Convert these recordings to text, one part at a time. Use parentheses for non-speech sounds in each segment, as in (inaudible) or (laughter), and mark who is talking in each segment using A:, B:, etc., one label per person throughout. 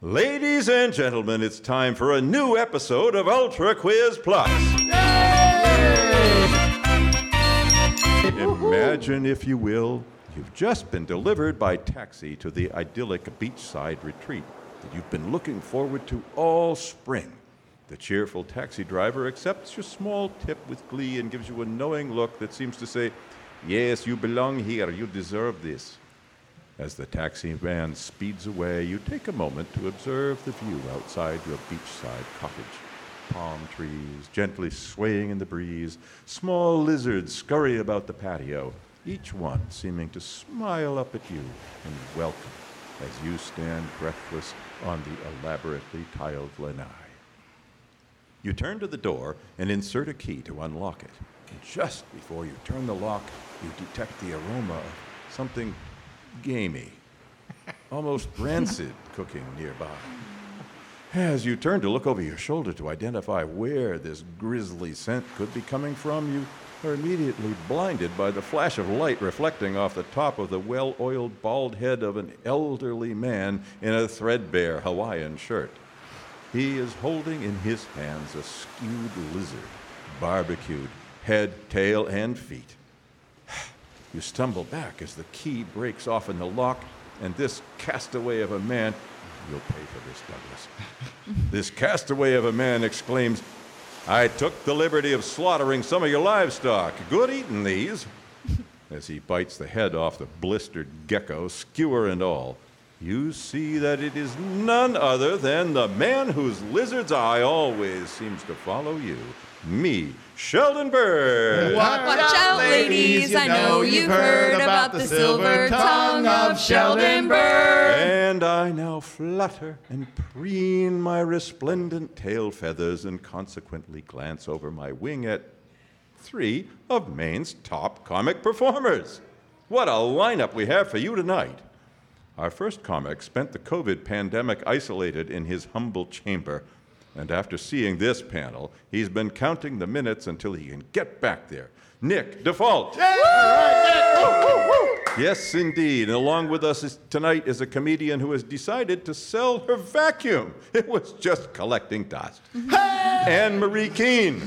A: Ladies and gentlemen, it's time for a new episode of Ultra Quiz Plus. Imagine, if you will, you've just been delivered by taxi to the idyllic beachside retreat that you've been looking forward to all spring. The cheerful taxi driver accepts your small tip with glee and gives you a knowing look that seems to say, Yes, you belong here, you deserve this. As the taxi van speeds away, you take a moment to observe the view outside your beachside cottage. Palm trees gently swaying in the breeze, small lizards scurry about the patio, each one seeming to smile up at you and welcome as you stand breathless on the elaborately tiled lanai. You turn to the door and insert a key to unlock it. And just before you turn the lock, you detect the aroma of something gamey, almost rancid cooking nearby. As you turn to look over your shoulder to identify where this grisly scent could be coming from, you are immediately blinded by the flash of light reflecting off the top of the well oiled bald head of an elderly man in a threadbare Hawaiian shirt. He is holding in his hands a skewed lizard, barbecued, head, tail, and feet. You stumble back as the key breaks off in the lock, and this castaway of a man, you'll pay for this, Douglas. this castaway of a man exclaims, I took the liberty of slaughtering some of your livestock. Good eating these. As he bites the head off the blistered gecko, skewer and all, you see that it is none other than the man whose lizard's eye always seems to follow you, me, Sheldon Bird.
B: Watch out, ladies. I know you've heard about the silver tongue of Sheldon Bird.
A: And I now flutter and preen my resplendent tail feathers and consequently glance over my wing at three of Maine's top comic performers. What a lineup we have for you tonight. Our first comic spent the COVID pandemic isolated in his humble chamber, and after seeing this panel, he's been counting the minutes until he can get back there. Nick Default! Yes, indeed. And along with us is, tonight is a comedian who has decided to sell her vacuum. It was just collecting dust. Anne Marie Keene.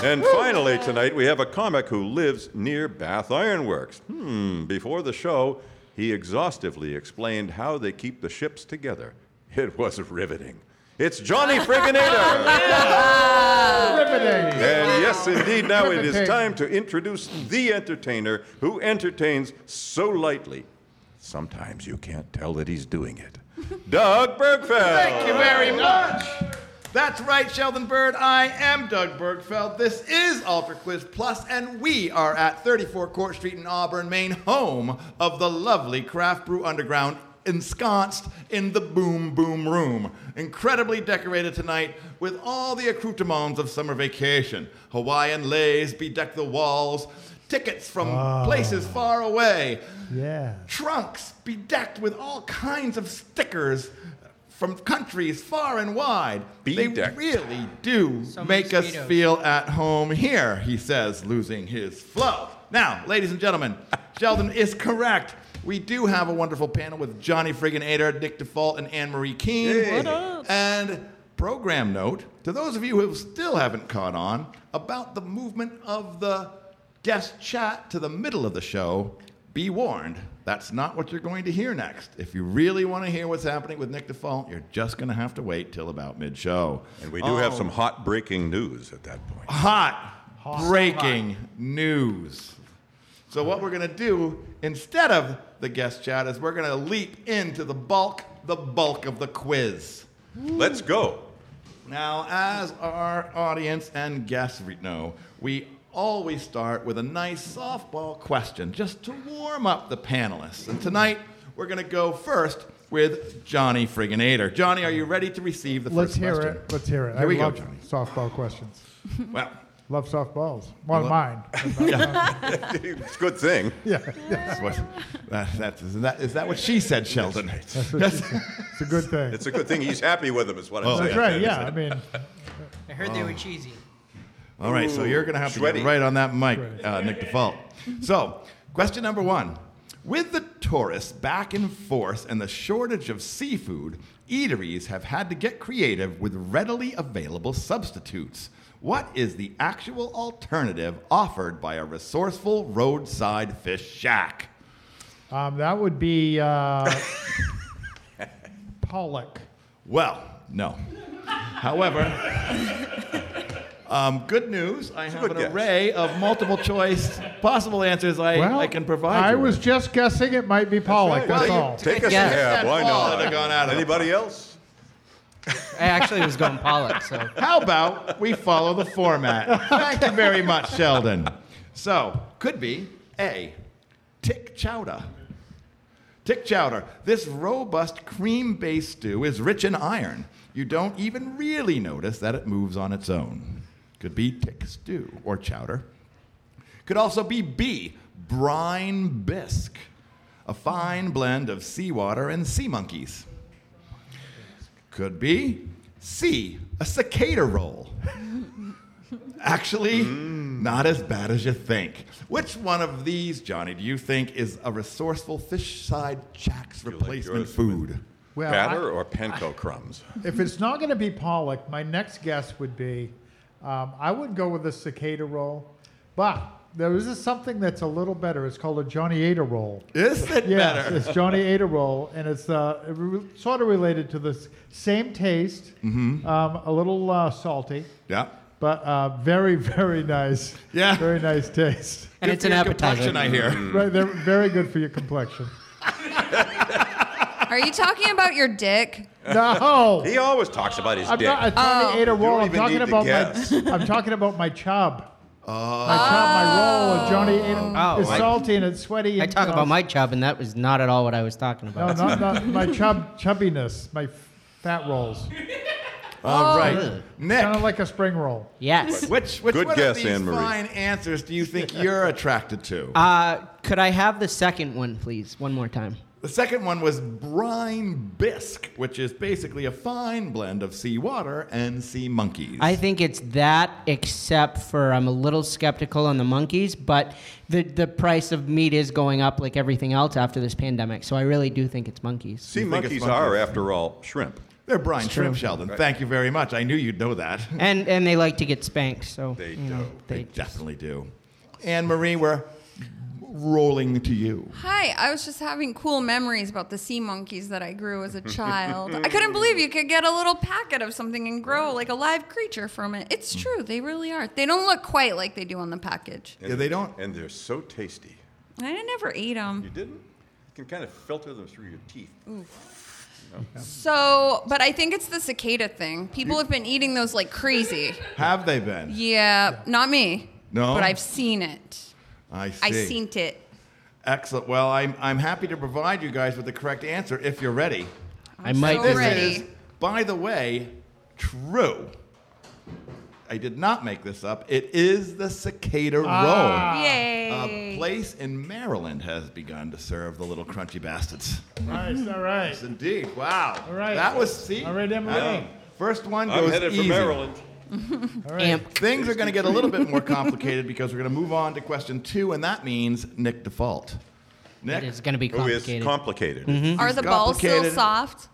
A: And finally, tonight, we have a comic who lives near Bath Ironworks. Hmm, before the show, he exhaustively explained how they keep the ships together. It was riveting. It's Johnny Frigginator!
C: Riveting.
A: And yes, indeed, now it is
C: Riveting.
A: time to introduce the entertainer who entertains so lightly. Sometimes you can't tell that he's doing
D: (laughs)
A: it. Doug Bergfeld!
C: Thank you very much. That's right, Sheldon Bird. I am Doug Bergfeld. This is Ultra Quiz Plus, and we are at 34 Court Street in Auburn, Maine, home of the lovely Craft Brew Underground, ensconced in the Boom Boom Room. Incredibly decorated tonight with all the accoutrements of summer vacation. Hawaiian lays bedeck the walls, tickets from places far away.
D: Yeah.
C: trunks bedecked with all kinds of stickers from countries far and wide.
A: Bedecked.
C: They really do
B: So many
C: make us
B: speedos.
C: feel at home here, he says, losing his flow. Now, ladies and gentlemen,
A: (laughs)
C: Sheldon is correct. We do have a wonderful panel with Johnny Friggin Ader, Nick DeFault, and Anne Marie Keene.
A: Hey. What
B: up?
C: And program note to those of you who still haven't caught on about the movement of the guest chat to the middle of the show, be warned. That's not what you're going to hear next. If you really want to hear what's happening with Nick DeFault, you're just going to have to wait till about mid show.
A: And we do have
D: Oh.
A: some hot breaking news at that point.
C: Uh, hot breaking news. So, what we're going to do instead of the guest chat is we're going to leap into the bulk, the bulk of the quiz.
A: Let's go.
C: Now, as our audience and guests re- know, we always start with a nice softball question just to warm up the panelists. And tonight, we're going to go first with Johnny Frigginator. Johnny, are you ready to receive the
D: Let's
C: first
D: hear
C: question?
D: it. Let's hear it.
C: Here
D: I
C: we go,
D: love
C: Johnny.
D: softball questions.
C: Well,
D: Love softballs. Well,
C: Love-
D: mine.
A: (laughs)
C: (laughs)
D: (laughs)
A: it's a good thing.
D: yeah.
C: that's what, that, that, is, that, is that what she said, Sheldon?
D: It's a good thing.
A: It's a good thing he's happy with him, is what I'm saying.
D: That's right. Yeah. I mean,
B: I heard they were cheesy.
C: All right, so
A: Ooh,
C: you're going to have
A: sweaty.
C: uh, to get right on that mic,
D: Sweaty.
C: uh, Nick DeFault. So, question number one With the tourists back and forth and the shortage of seafood, eateries have had to get creative with readily available substitutes. What is the actual alternative offered by a resourceful roadside fish shack?
D: Um, that would be uh, (laughs) pollock.
C: Well, no. However, um, good news. I have
A: good
C: an
A: guess.
C: array of multiple choice possible answers I, I can provide.
D: I
C: you
D: was
C: with.
D: just guessing it might be pollock.
A: Well,
D: That's
A: you-
D: all. Oh,
A: Take
B: I
A: a
B: guess.
A: stab. Why
C: That ball
A: not?
C: would have gone out of the-
A: Anybody else?
E: I actually was going Pollock, so
C: How about we follow the format? Thank you very much, Sheldon. So, could be A, tick chowder. Tick chowder. This robust cream based stew is rich in iron. You don't even really notice that it moves on its own. Could be tick stew or chowder. Could also be B, brine bisque, a fine blend of seawater and sea monkeys. Could be C, a cicada roll. Actually,
A: Mm.
C: not as bad as you think. Which one of these, Johnny, do you think is a resourceful fish side shack's
A: like
C: replacement
A: yours
C: food?
D: Well, I-
A: Batter or panko crumbs?
D: if it's not going to be pollock, my next guess would be um, I would go with a cicada roll, but there is something that's a little better. It's called a Johnny Ada roll.
C: Is it
D: Yes,
C: better?
D: it's Johnny Ada roll, and it's uh, re- sort of related to this same taste, um, a little uh, salty,
C: Yeah.
D: but uh, very, very nice.
C: Yeah.
D: very nice taste.
E: and
C: Good
E: it's an
C: for your
E: appetizer.
C: complexion, I hear.
D: Right, they're very good for your complexion.
B: Are you talking about your dick?
D: No,
A: He always talks about his
D: I'm
A: dick.
D: not a
E: Oh.
D: Johnny Ada roll.
A: don't
D: I'm
A: even
D: talking
A: need to
D: about
A: guess.
D: my. (laughs) I'm talking about my chub. My chub, my roll of Johnny Ada
E: Oh,
D: is
E: I-
D: salty and it's sweaty.
E: I
D: and,
E: talk
D: you know,
E: about my chub, and that was not at all what I was talking
D: No,
E: about.
D: not, not my chub chubbiness. My f- fat rolls,
E: Oh.
C: All right.
E: Ugh.
C: Nick.
D: kind of like a spring roll.
E: Yes.
C: Which, which
A: Good
C: one
A: guess,
C: of these
A: Anne Marie.
C: fine answers do you think you're attracted to?
E: Uh, could I have the second one, please? One more time.
C: the second one was brine bisque, which is basically a fine blend of seawater and sea monkeys.
E: I think it's that, except for I'm a little skeptical on the monkeys, but the, the price of meat is going up like everything else after this pandemic. So I really do think it's monkeys.
A: Sea
C: You think it's
A: monkeys
C: monkey.
A: are, after all, shrimp.
C: They're brine shrimp, Sheldon. Thank you very much. I knew you'd know that.
E: And and they like to get spanked, so
A: They
E: you know,
A: do.
E: They,
C: They definitely do. Anne Marie, we're rolling to you.
B: Hi, I was just having cool memories about the sea monkeys that I grew as a child. I couldn't believe you could get a little packet of something and grow like a live creature from it. It's
C: Hmm.
B: true, they really are. They don't look quite like they do on the package.
A: And
C: Yeah, they don't-
A: And they're so tasty.
B: I never ate
A: You
B: them.
A: didn't? You can kind of filter them through your teeth.
B: So, but I think it's the cicada thing. People have been eating those like crazy.
C: Have they been?
B: Yeah, not me.
C: No?
B: But I've seen it.
C: I see.
B: I seen it.
C: Excellent. Well, I'm, I'm happy to provide you guys with the correct answer if you're ready.
E: I might
B: so
E: be
C: This
B: ready.
C: is, by the way, true. I did not make this up. It is the cicada roll.
D: Ah.
B: Yay.
C: A place in Maryland has begun to serve the little crunchy bastards.
D: Nice, all right.
C: Yes, indeed. Wow.
D: All right.
C: That was see.
D: All right, Emily.
C: Uh, First one
A: I'm
C: goes
A: headed
C: easy.
A: for Maryland.
E: amp.
C: Things are going to get a little bit more complicated because we're going to move on to question two, and that means Nick default. Nick,
E: It is going to be
A: Who is
E: complicated.
A: complicated.
B: Are the balls still
C: complicated.
B: soft?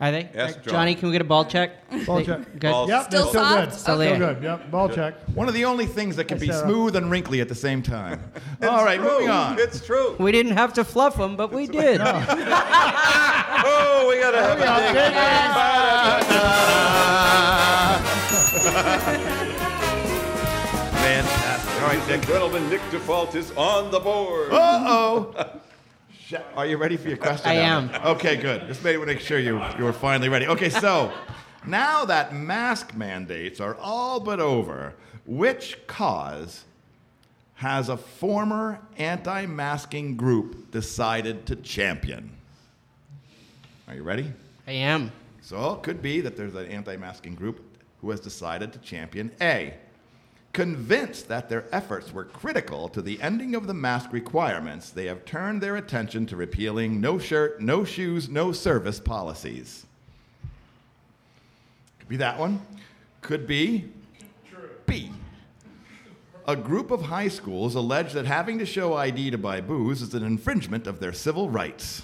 E: Are they?
A: Ask John.
E: Johnny, can we get a ball check?
D: Ball
E: They-
D: check.
E: Good.
A: Balls.
D: Yep, they're still
B: Still soft?
D: good.
B: Still
D: Still
E: there.
D: good. Yep, ball check.
C: one of the only things that can be
D: Yes, Sarah.
C: smooth and wrinkly at the same time. All right, moving on.
A: It's
E: (laughs)
A: true.
E: We didn't have to fluff them, but we did.
A: Oh, we got to have a dig.
C: Fantastic. All right,
A: Ladies and gentlemen, Nick Default is on the board.
C: Uh-oh. (laughs) Sh- Are you ready for your question?
E: I
C: Alan?
E: am.
C: Okay, good. Just made make sure you you were finally ready. Okay, so now that mask mandates are all but over, which cause has a former anti-masking group decided to champion? Are you ready?
E: I am.
C: So it could be that there's an anti masking group who has decided to champion A. Convinced that their efforts were critical to the ending of the mask requirements, they have turned their attention to repealing no shirt, no shoes, no service policies. Could be that one. Could be B. a group of high schools allege that having to show ID to buy booze is an infringement of their civil rights.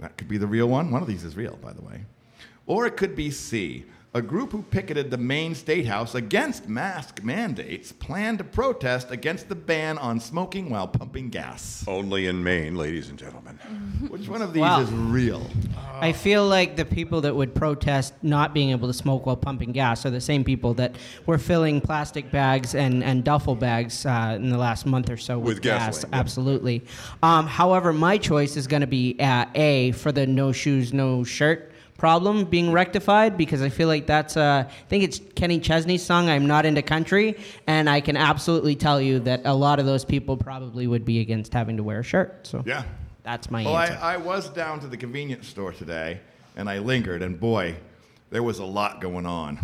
C: That could be the real one. One of these is real, by the way. Or it could be C. A group who picketed the Maine State House against mask mandates planned to protest against the ban on smoking while pumping gas.
A: (gasps) Only in Maine, ladies and gentlemen.
C: Which one of these
E: Wow.
C: is real?
E: I feel like the people that would protest not being able to smoke while pumping gas are the same people that were filling plastic bags and, and duffel bags uh, in the last month or so with,
A: With
E: gas.
A: gasoline, yeah.
E: Absolutely. Um, however, my choice is going to be uh, A for the no shoes, no shirt problem being rectified because I feel like that's uh, I think it's Kenny Chesney's song I'm not into country and I can absolutely tell you that a lot of those people probably would be against having to wear a shirt so
C: Yeah.
E: that's my
C: Well, I,
E: answer
C: I was down to the convenience store today and I lingered, and boy, there was a lot going on.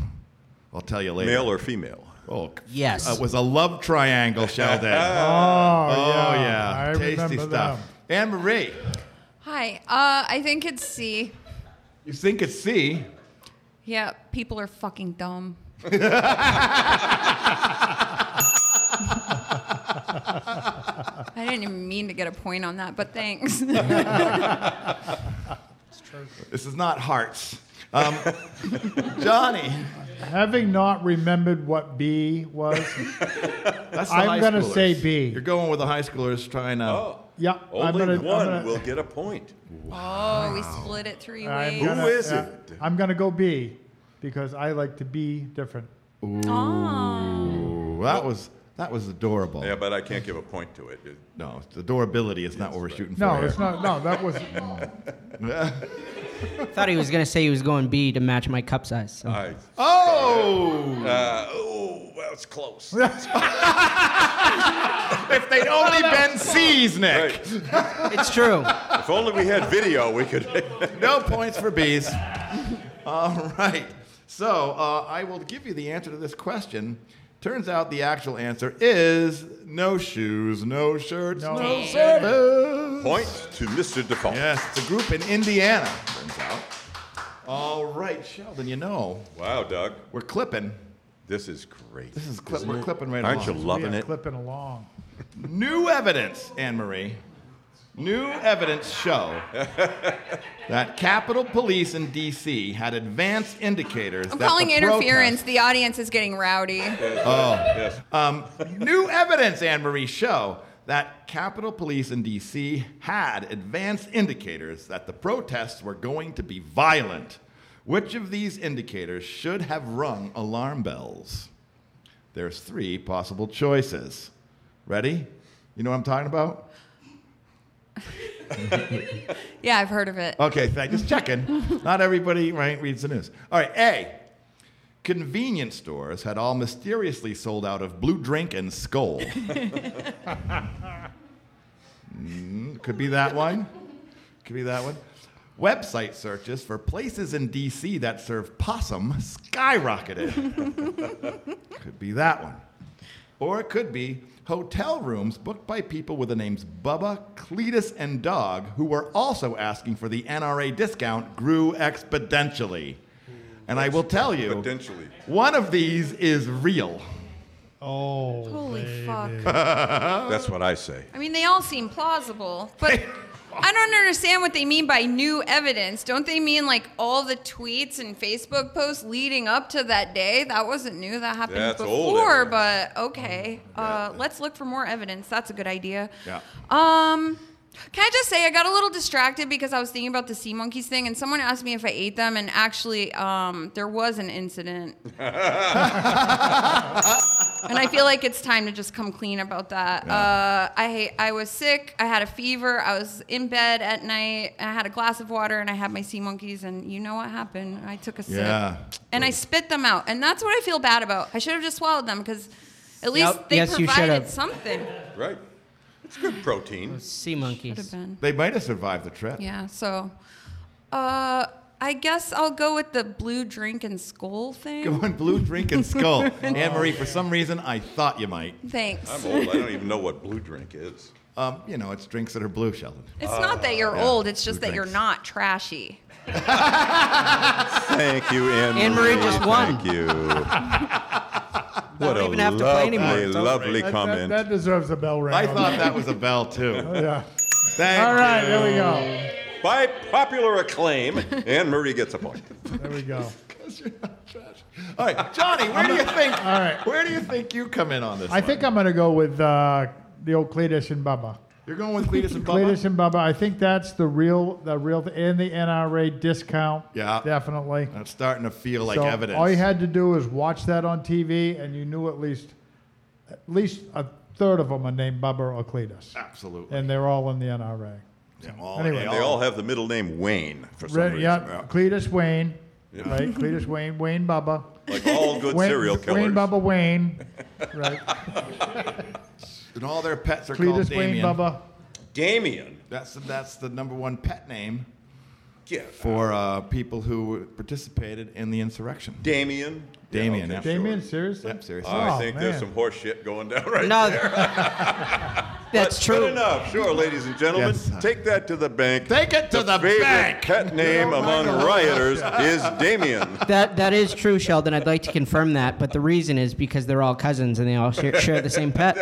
C: I'll tell you later.
A: Male or female?
C: Oh, c-
E: Yes.
C: It was a love triangle, Sheldon. (laughs) oh,
D: Oh, yeah.
C: yeah.
D: I
C: Tasty
D: remember
C: stuff.
D: them.
C: Anne Marie,
B: Hi. Uh, I think it's C.
C: you think it's C.
B: Yeah, people are
C: (laughs)
B: fucking dumb. I didn't even mean to get a point on that, but
C: (laughs)
B: thanks. (laughs)
C: This is not hearts. Um, (laughs) Johnny,
D: Having not remembered what B was, (laughs)
C: that's the
D: I'm
C: high
D: gonna
C: schoolers.
D: say B.
C: You're going with the high schoolers trying to.
A: Oh.
D: yeah, I'm
A: Only
D: gonna,
A: one
D: I'm gonna,
A: will get a point.
B: oh, we split it 3
D: I'm
B: ways.
A: Who
D: gonna-
A: is
D: yeah,
A: it?
D: I'm gonna go B because I like to be different.
B: Oh.
C: Ooh, that was that was adorable.
A: Yeah, but I can't give a point to it. It-
C: No, it's adorability is not what we're shooting for.
D: No,
C: here.
D: it's not. No, that was.
E: thought he was gonna say he was going B to match my cup size. So.
A: I,
C: (laughs) Oh!
A: uh, oh, well, it's close.
C: if they'd only been C's, Nick.
A: Right.
E: it's
A: (laughs)
E: true.
A: If only we had video, we could. (laughs)
C: No points for bees. (laughs) All right. So uh, I will give you the answer to this question. Turns out the actual answer is no shoes, no shirts, no,
D: No. Dang.
C: service.
A: point to Mr. Default.
C: Yes, it's a group in Indiana. Turns out. All right, Sheldon. You know
A: Wow, Doug,
C: we're clipping.
A: this is great.
C: This is clip. We're clipping right
A: Aren't you
C: along.
A: loving
D: yeah,
A: it?
D: Clipping along.
C: New evidence, Anne Marie. New evidence show that Capitol Police in D.C. had advanced indicators.
B: I'm
C: that
B: calling
C: the
B: interference.
C: protest-
B: The audience is getting rowdy.
A: Yes.
C: New evidence, Anne Marie, show that Capitol Police in D.C. had advanced indicators that the protests were going to be violent. Which of these indicators should have rung alarm bells? There's three possible choices. Ready? You know what I'm talking about?
B: Yeah, I've heard of it.
C: Okay, thank, just checking. Not everybody, right, reads the news. All right, A. Convenience stores had all mysteriously sold out of blue drink and skull. Mm, could be that one. Could be that one. Website searches for places in DC that serve possum skyrocketed. could be that one. Or it could be hotel rooms booked by people with the names Bubba, Cletus, and Dog, who were also asking for the NRA discount, grew exponentially. And I will tell you,
A: Potentially.
C: one of these is real.
D: Oh,
B: Holy fuck.
A: That's what I say.
B: I mean, they all seem plausible, but
C: (laughs)
B: I don't understand what they mean by new evidence. Don't they mean like all the tweets and Facebook posts leading up to that day? That wasn't new. That happened
A: That's old
B: before,
A: evidence. Mm-hmm.
B: but okay. Uh, let's look for more evidence. That's a good idea.
C: Yeah.
B: Um, can I just say I got a little distracted because I was thinking about the sea monkeys thing, and someone asked me if I ate them, and actually, um, there was an incident. and I feel like it's time to just come clean about that. Uh, I I was sick. I had a fever. I was in bed at night. And I had a glass of water, and I had my sea monkeys, and you know what happened? I took a sip,
C: Yeah.
B: and I spit them out, and that's what I feel bad about. I should have just swallowed them because. At least
E: Yep.
B: they
E: Yes, you should
B: provided
E: have.
B: something.
A: Right. It's good protein.
E: Sea
B: Should have
E: monkeys.
B: been.
C: They might have survived the trip. (laughs)
B: Yeah, so uh, I guess I'll go with the blue drink and skull
C: Go
B: thing.
C: on, blue drink and skull. Anne Marie, for some reason, I thought you might.
B: Thanks.
A: I'm old. I don't even know what blue drink is.
C: Um, you know, it's drinks that are blue, Sheldon.
B: It's not that you're
C: yeah,
B: old, it's just
C: blue
B: that you're
C: drinks.
B: not trashy.
A: Thank you, Anne.
E: (laughs) Anne Marie just won.
A: Thank you.
E: I
A: What a
E: don't even have to play
A: lovely,
E: anymore. It's over.
A: lovely
D: That, that,
A: comment.
D: that deserves a bell ring.
C: I thought that was a bell
D: (laughs)
C: too.
D: Yeah.
C: Thank
D: All right,
C: you.
D: there we go.
A: By popular acclaim, (laughs) Anne Marie gets a (laughs) point.
D: There we go.
C: All right, Johnny, where do you think?
D: All right.
C: Where do you think you come in on this?
D: I
C: one?
D: think I'm going to go with uh, the old Cletus and Bubba.
C: you're going with Cletus and Bubba.
D: Cletus and Bubba. I think that's the real, the real, and the NRA discount.
C: Yeah.
D: definitely.
C: That's starting to feel like
D: So
C: evidence.
D: All you had to do was watch that on TV, and you knew at least, at least a third of them are named Bubba or Cletus,
A: Ah.
C: Absolutely.
D: and they're all in the NRA.
C: Yeah, all-
D: Anyway.
A: They all have the middle name Wayne for some
D: Right,
A: reason.
D: yeah,
A: Yeah.
D: Cletus Wayne,
A: (laughs)
D: right? Cletus Wayne, Wayne Bubba,
A: Like
D: (laughs)
A: all good
D: Wayne,
A: serial killers.
D: Wayne Bubba
A: (laughs)
D: Wayne, right?
C: and all their pets are called
D: Cletus Wayne
C: Damien.
D: Bubba.
A: Damien.
C: That's the, that's the number one pet name
A: Yeah.
C: for uh, people who participated in the insurrection.
A: Damien.
C: Damien,
A: Yeah,
C: yeah.
A: sure.
D: Damien, seriously?
C: Yep, seriously.
A: I
D: Oh,
A: think
D: man.
A: there's some horse shit going down right
E: No,
A: there. (laughs)
E: that's
A: But
E: true.
A: enough. Sure, ladies and gentlemen.
C: Yes, sir.
A: Take that to the bank.
C: Take it to the
A: favorite
C: bank. Oh
A: pet name among rioters
C: (laughs)
A: is Damien.
E: That that is true, Sheldon. I'd like to confirm that, but the reason is because they're all cousins and they all share, share the same pet.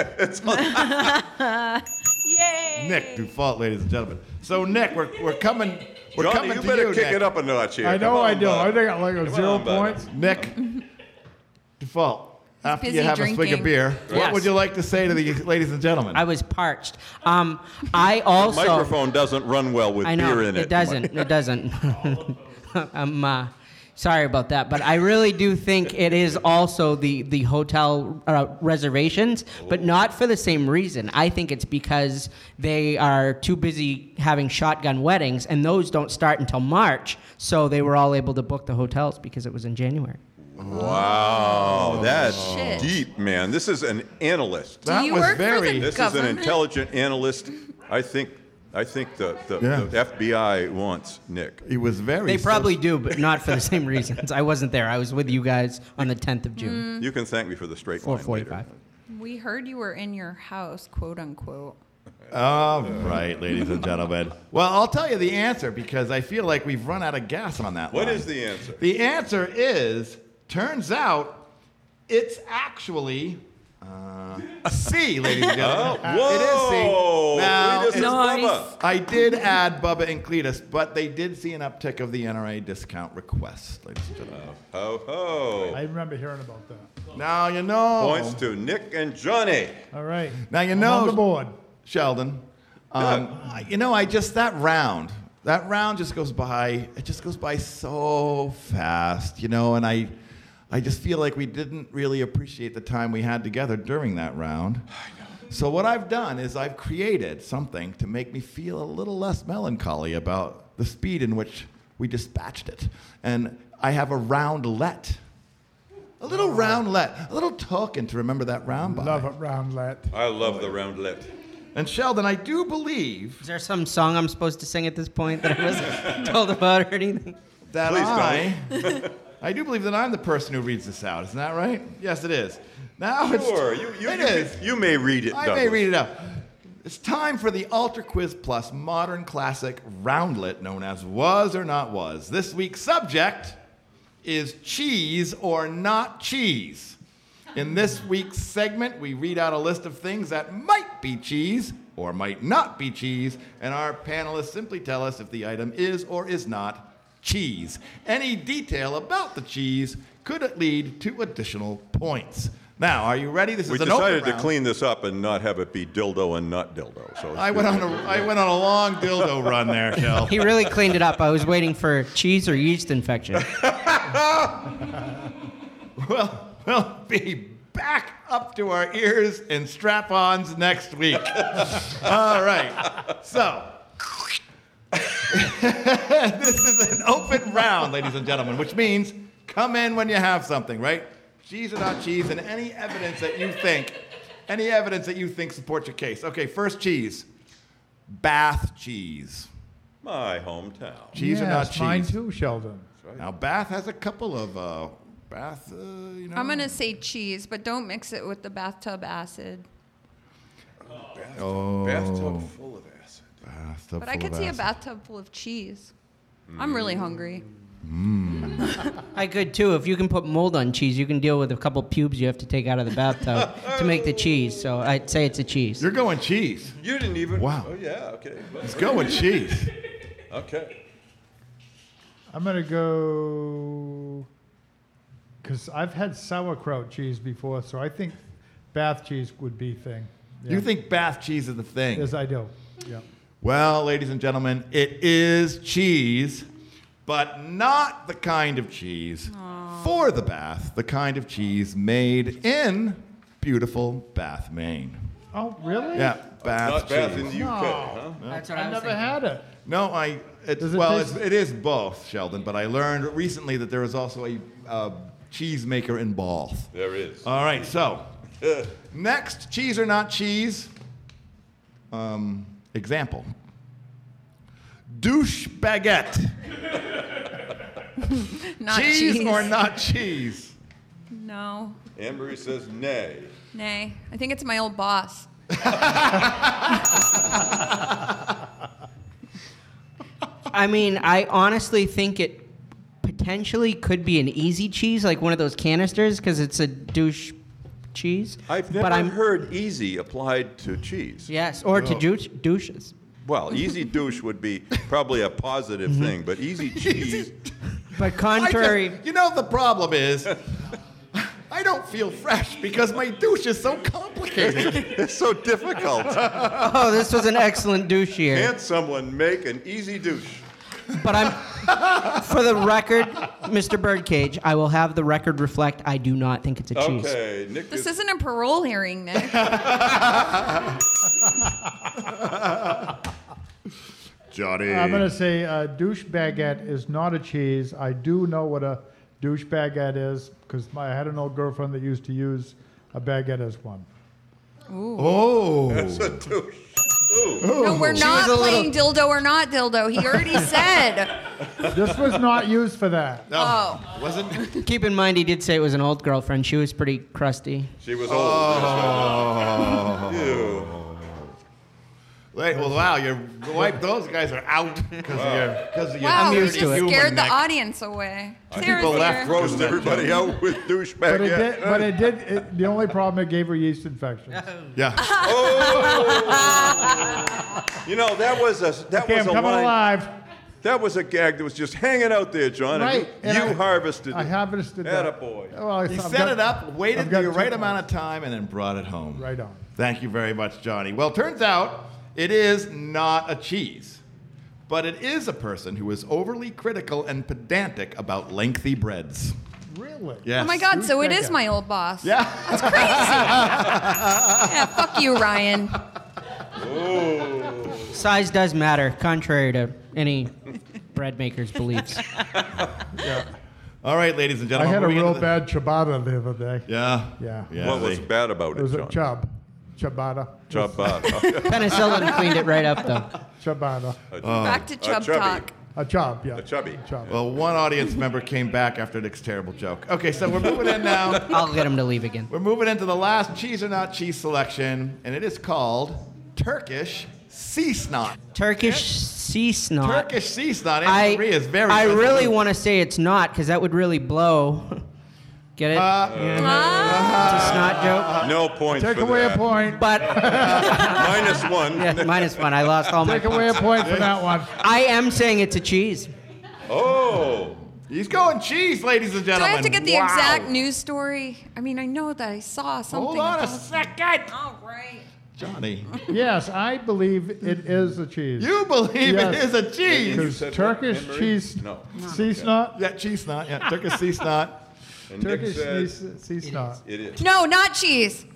B: Yay!
C: Nick Dufault, ladies and gentlemen. So Nick, we're, we're coming. We're
A: Johnny,
C: coming
A: you
C: to
A: better
C: you,
A: kick
C: Nick.
A: it up a notch here.
D: I
A: Come
D: know I
A: on,
D: do.
A: bud.
D: I think I like a
A: Come
D: zero
A: on, bud.
D: points.
C: Nick
B: (laughs)
C: Dufault. After you
B: busy
C: have a swig of
B: drinking.
C: beer, what
E: Yes.
C: would you like to say to the ladies and gentlemen?
E: I was parched. Um, I also
A: Microphone doesn't run well with
E: I know
A: beer in it.
E: doesn't. It doesn't. (laughs) I'm uh, sorry about that, but I really do think it is also the the hotel uh, reservations, but not for the same reason. I think it's because they are too busy having shotgun weddings, and those don't start until March, so they were all able to book the hotels because it was in January.
C: Oh,
A: Wow, that's
B: Shit.
A: deep, man. This is an analyst.
B: Do
C: That
B: you
C: was
B: work
C: very-
B: for the
A: This
B: government?
A: is an intelligent analyst. I think. I think the, the,
C: Yeah.
A: the FBI wants Nick.
C: he was very.
E: They
C: so-
E: probably do, but not for the same (laughs) reasons. I wasn't there. I was with you guys on the 10th of June,
A: You can thank me for the straight line later.
E: 4:45.
B: We heard you were in your house, quote unquote.
C: All right, ladies and gentlemen. Well, I'll tell you the answer because I feel like we've run out of gas on that.
A: What
C: line.
A: is the
C: (laughs)
A: answer?
C: The answer is turns out it's actually uh, C, ladies and
A: Oh,
C: gentlemen.
A: whoa!
C: It is C.
A: Cletus
C: Now,
A: is
C: it's-
B: Nice.
A: Bubba.
C: I did add Bubba and Cletus, but they did see an uptick of the NRA discount request, ladies and gentlemen.
A: Ho ho!
D: I remember hearing about that.
C: Now you know.
A: Points to Nick and Johnny.
D: All right.
C: Now you
D: I'm
C: know-
D: on the board.
C: Sheldon. Um, You know, I just that round, that round just goes by. It just goes by so fast, you know. And I, I just feel like we didn't really appreciate the time we had together during that round. So what I've done is I've created something to make me feel a little less melancholy about the speed in which we dispatched it, and I have a roundlet. A little roundlet, a little token to remember that round by.
D: Ah. Love it, Roundlet.
A: I love the roundlet.
C: And Sheldon, I do believe
E: Is there some song I'm supposed to sing at this point that I wasn't (laughs) told about or anything?
C: that
A: Please
C: I, (laughs) I do believe that I'm the person who reads this out. Isn't that right? Yes, it is. Now it's
A: Sure, you, you,
C: it
A: you,
C: is.
A: you may read it.
C: I may
A: Douglas.
C: read it out. It's time for the Alter Quiz Plus Modern Classic Roundlet, known as Was or Not Was. This week's subject is cheese or not cheese. In this week's segment, we read out a list of things that might be cheese or might not be cheese, and our panelists simply tell us if the item is or is not cheese. Any detail about the cheese could lead to additional points. Now, are you ready? This
A: We
C: is an open
A: decided to
C: round.
A: clean this up and not have it be dildo and not dildo. So
C: I went on a I went on a long dildo run there, Kel.
E: (laughs) He really cleaned it up. I was waiting for cheese or yeast infection.
C: Well, we'll be back up to our ears in strap-ons next week. (laughs) All right. So (laughs) this is an open round, ladies and gentlemen, which means come in when you have something, right? Cheese or not cheese, and any evidence that you think, any evidence that you think supports your case. Okay, first cheese, Bath cheese.
A: my hometown.
C: Cheese or not
D: Yes,
C: cheese?
D: Mine too, Sheldon.
C: Now Bath has a couple of uh, Bath, uh, you know.
B: I'm gonna say cheese, but don't mix it with the bathtub acid.
A: Oh. Bathtub full of acid.
C: Bathtub
B: But I
C: full
B: could
C: of
B: see a
C: acid.
A: Mm.
B: bathtub full of cheese. I'm really hungry.
E: I could too. If you can put mold on cheese, you can deal with a couple pubes you have to take out of the bathtub to make the cheese. So I'd say it's a cheese.
C: You're going cheese.
A: You didn't even.
C: Wow.
A: Oh yeah. Okay. (laughs)
C: It's going cheese.
A: Okay.
D: I'm gonna go because I've had sauerkraut cheese before, so I think bath cheese would be thing. Yeah.
C: You think Bath cheese is the thing?
D: Yes, I do. Yeah.
C: Well, ladies and gentlemen, it is cheese, but not the kind of cheese for the bath, the kind of cheese made in beautiful Bath, Maine.
D: Oh, really?
C: Yeah, Bath
A: Not bath in
C: cheese.
A: the UK,
D: No.
A: huh?
E: That's what
D: I've never had it.
C: No, I. It's,
D: Does it
C: well,
D: taste-
C: it's, it is both, Sheldon. But I learned recently that there is also a uh, cheese maker in Bath.
A: There is.
C: All right, so next cheese or not cheese. Um, example. Douche baguette.
B: Not
C: cheese, or not cheese?
B: No.
A: Emery says nay.
B: Nay. I think it's my old boss.
E: I mean, I honestly think it potentially could be an easy cheese, like one of those canisters, because it's a douche cheese.
A: I've
E: but
A: never
E: I'm,
A: heard easy applied to cheese.
E: Yes, or to douche, douches.
A: Well, easy douche would be probably a positive thing, but Mm-hmm. (laughs) easy cheese.
E: But
C: I just-
E: contrary,
C: you know the problem is, I don't feel fresh because my douche is so complicated.
A: it's so difficult. (laughs)
E: oh, this was an excellent douche year.
A: Can't someone make an easy douche?
E: But I'm, for the record, Mr. Birdcage, I will have the record reflect. I do not think it's a cheese.
A: Okay, Nick.
B: This
A: is-
B: isn't a parole hearing, Nick.
C: Johnny.
D: I'm gonna say uh, douche baguette is not a cheese. I do know what a douche baguette is because I had an old girlfriend that used to use a baguette as one.
C: oh.
A: That's a douche.
B: No, we're not
E: was a
B: playing dildo or not dildo. He already said.
D: This was not used for that.
B: Oh.
C: Wasn't.
E: Keep in mind, he did say it was an old girlfriend. She was pretty crusty.
A: She was old. Oh. (laughs) Ew.
C: Wait, well, wow, you're wipe. Those guys are out because of your because of your.
B: Wow, you
E: used
B: just
E: to it.
B: scared the
C: Human neck.
B: audience away. Sarah's
C: people left
B: here.
C: row-
A: Grossed everybody out with douchebag.
D: But it did. But it did. It, the only problem it gave her yeast infections.
C: Yeah.
A: You know that was a that
D: Okay,
A: was
D: I'm
A: a
D: coming
A: line,
D: alive.
A: that was a gag that was just hanging out there, John. and
D: Right. and
A: you
D: I-
A: you harvested
D: I
A: it.
D: harvested that.
A: Attaboy.
D: Well, I-
C: You
D: I've
C: set
D: got-
C: it up, waited
D: I've got
C: the
D: two
C: right
D: more.
C: amount of time, and then brought it home.
D: Right on.
C: Thank you very much, Johnny. Well, turns out it is not a cheese, but it is a person who is overly critical and pedantic about lengthy breads.
D: Really?
C: Yes.
B: Oh my God!
D: Who's
B: So it
D: that
B: is
D: guy?
B: my old boss.
C: Yeah.
B: Yeah. Fuck you, Ryan.
E: Size does matter, contrary to any bread maker's beliefs.
C: All right, ladies and
D: I
C: gentlemen.
D: had a
C: we're
D: real
C: gonna-
D: bad ciabatta the other day.
C: Yeah.
D: Yeah.
C: Yeah.
A: what was
C: they-
A: bad about
D: It was
A: it,
D: a
A: John?
D: chub. Ciabatta. (laughs)
A: Chub Bob.
B: (laughs)
A: Okay.
E: Penicillin cleaned it right up, though.
D: Ciabatta.
B: Back to chub
A: uh, chubby. (laughs)
B: talk.
D: A chub, yeah.
A: A chubby.
D: Chub.
C: Well, one audience member came back after Nick's terrible joke. Okay, so we're moving in
A: (laughs)
C: now.
E: I'll get him to leave again.
C: We're moving into the last cheese or not cheese selection, and it is called Turkish sea snot.
E: Turkish sea snot.
C: Turkish sea snot. Aunt
E: I,
C: Maria is very.
E: I really
C: resolute.
E: want to say it's not, because that would really blow. Get it?
B: Ah.
E: it's a snot joke.
A: No points
D: Take
A: uh, for
D: away
A: that.
D: a point.
E: But (laughs)
A: Minus
D: (laughs)
A: one.
E: yeah, minus one. I lost all my.
D: Take away a point for that one.
E: I am saying it's a cheese.
A: Oh.
C: He's going cheese, ladies and
B: Do I
C: gentlemen.
B: have to get the
C: Wow.
B: exact news story? I mean, I know that I saw something.
C: Hold on a
B: about-
C: second,
B: All right.
C: Johnny.
D: Yes, I believe it is a cheese.
C: You believe it
D: Yes.
C: is a cheese?
A: You
D: Because
A: said
D: Turkish
A: what, Anne-Marie?
D: cheese
A: No.
D: sea snot,
C: Yeah, cheese snot. Yeah, Turkish
A: (laughs)
C: sea snot.
A: And Nick
D: Turkish
A: says
D: cheese- sea snot.
A: it is.
B: No, not cheese.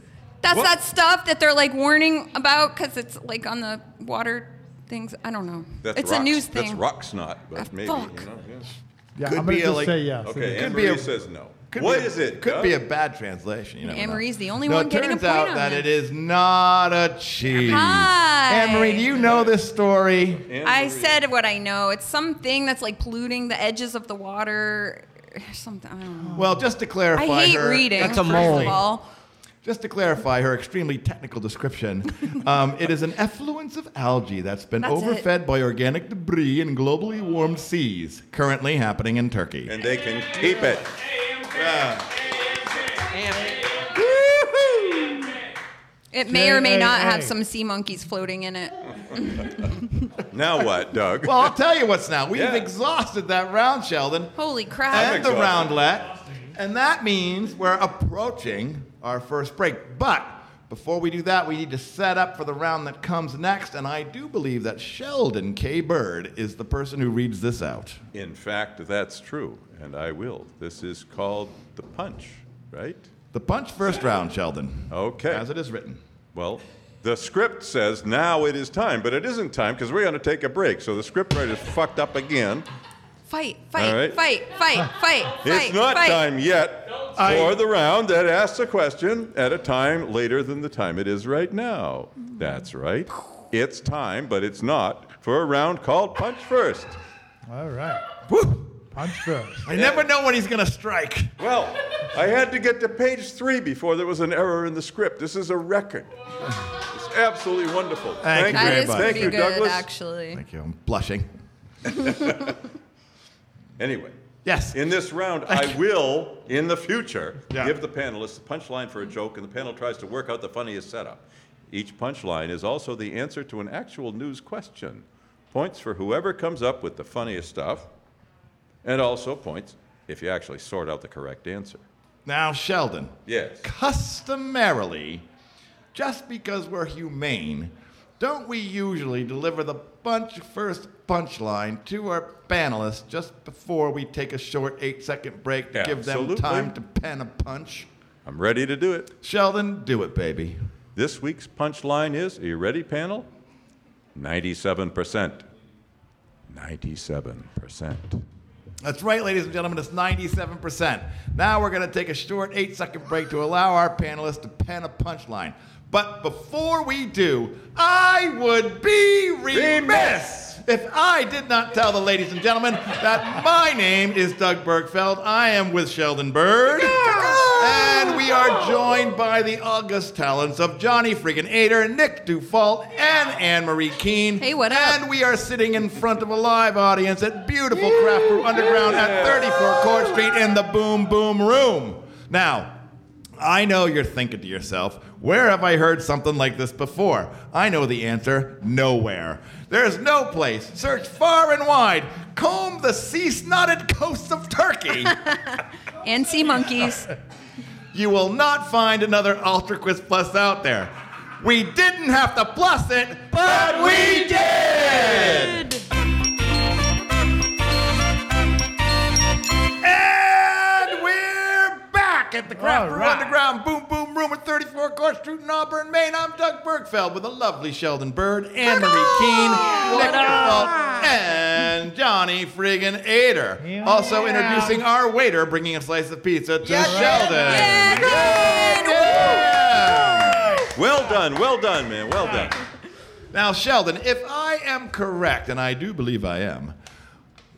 B: That's
A: What?
B: that stuff that they're like warning about because it's like on the water things. I don't know.
A: That's
B: it's
A: rock,
B: a news
A: That's
B: thing.
A: rock snot, but
B: Ah,
A: maybe.
B: fuck.
A: You know, yeah.
D: Yeah,
C: Could
D: I'm going
C: be
D: to
C: a,
D: just
C: like-
D: say yes.
A: Okay,
C: Could
A: Anne
C: be
A: Marie
C: a-
A: says no.
C: Could
A: What
C: be-
A: is it?
C: Could
A: Doug?
C: be a bad translation. You know.
B: Anne-Marie's the only
C: no,
B: one
C: it
B: getting a
C: turns
B: point
C: out
B: on
C: that
B: this.
C: it is not a cheese.
B: Hi.
C: Anne-Marie, do you know this story?
A: Anne
B: I
A: Marie.
B: said what I know. It's something that's like polluting the edges of the water. (sighs) Something. I don't know.
C: Well, just to clarify,
B: I hate
C: her,
B: reading.
E: That's a
B: first
E: mole.
B: Of all.
C: Just to clarify her extremely technical
B: (laughs)
C: description, um, it is an effluence of algae that's been
B: That's it.
C: overfed by organic debris in globally warmed seas, currently happening in Turkey.
A: And they can keep it.
B: It may or may not have
D: JAA.
B: some sea monkeys floating in it.
A: Now what, Doug?
C: Well, I'll tell you what's now. We've
A: Yeah.
C: exhausted that round, Sheldon,
B: Holy crap.
A: I'm
C: and the
A: exhausted.
C: roundlet, and that means we're approaching our first break. But before we do that, we need to set up for the round that comes next, and I do believe that Sheldon K. Bird is the person who reads this out.
A: In fact, that's true, and I will. This is called the punch, right?
C: The punch first round, Sheldon.
A: Okay.
C: As it is written.
A: Well, the script says now it is time, but it isn't time because we're going to take a break. So the script writer's fucked up again.
B: Fight, fight,
A: All right.
B: fight, fight, fight, fight.
A: It's not
B: fight.
A: time yet
D: I-
A: for the round that asks a question at a time later than the time it is right now. That's right. It's time, but it's not for a round called Punch First.
D: All right. Punch first.
C: I never know when he's going to strike.
A: Well, I had to get to page three before there was an error in the script. This is a record. It's absolutely wonderful.
C: Thank you
B: That
C: very
B: is
C: much.
B: pretty
A: Thank you,
B: good,
A: Douglas.
B: actually.
C: Thank you. I'm blushing.
A: Anyway.
C: Yes.
A: In this round, I will, in the future,
C: Yeah.
A: give the panelists the punchline for a joke, and the panel tries to work out the funniest setup. Each punchline is also the answer to an actual news question. Points for whoever comes up with the funniest stuff, and also points if you actually sort out the correct answer.
C: Now, Sheldon.
A: Yes.
C: Customarily, just because we're humane, don't we usually deliver the bunch first punchline to our panelists just before we take a short eight second break to give them
A: Absolutely.
C: time to pen a punch?
A: I'm ready to do it.
C: Sheldon, do it, baby.
A: This week's punchline is Are you ready, panel? 97%. 97%.
C: That's right, ladies and gentlemen, it's 97%. Now we're going to take a short eight second break to allow our panelists to pen a punchline. But before we do, I would be remiss if I did not tell the ladies and gentlemen that my name is Doug Bergfeld. I am with Sheldon Bird. And we are joined by the august talents of Johnny Friggin Ader, Nick Dufault, and Anne Marie Keene.
B: Hey, what up?
C: And we are sitting in front of a live audience at beautiful Craft Brew Underground at 34 Court Street in the Boom Boom Room. Now, I know you're thinking to yourself, where have I heard something like this before? I know the answer nowhere. There's no place. Search far and wide. Comb the sea snotted coasts of Turkey.
B: And
A: (laughs)
B: sea monkeys.
C: you will not find another Ultra Quiz Plus out there. We didn't have to plus it, but we did! And we're back at the Craft Brew
D: Alright.
C: Underground Boom Boom Room at 34 Court Street in Auburn, Maine. I'm Doug Bergfeld with the lovely Sheldon Bird, Anne Marie Keene, Nick DeFault, and Johnny Friggin Ader.
D: Yeah.
C: Also introducing our waiter, bringing a slice of pizza to Sheldon.
B: Yeah, good.
C: Yeah.
A: Well done, well done, man, well done.
C: Now, Sheldon, if I am correct, and I do believe I am,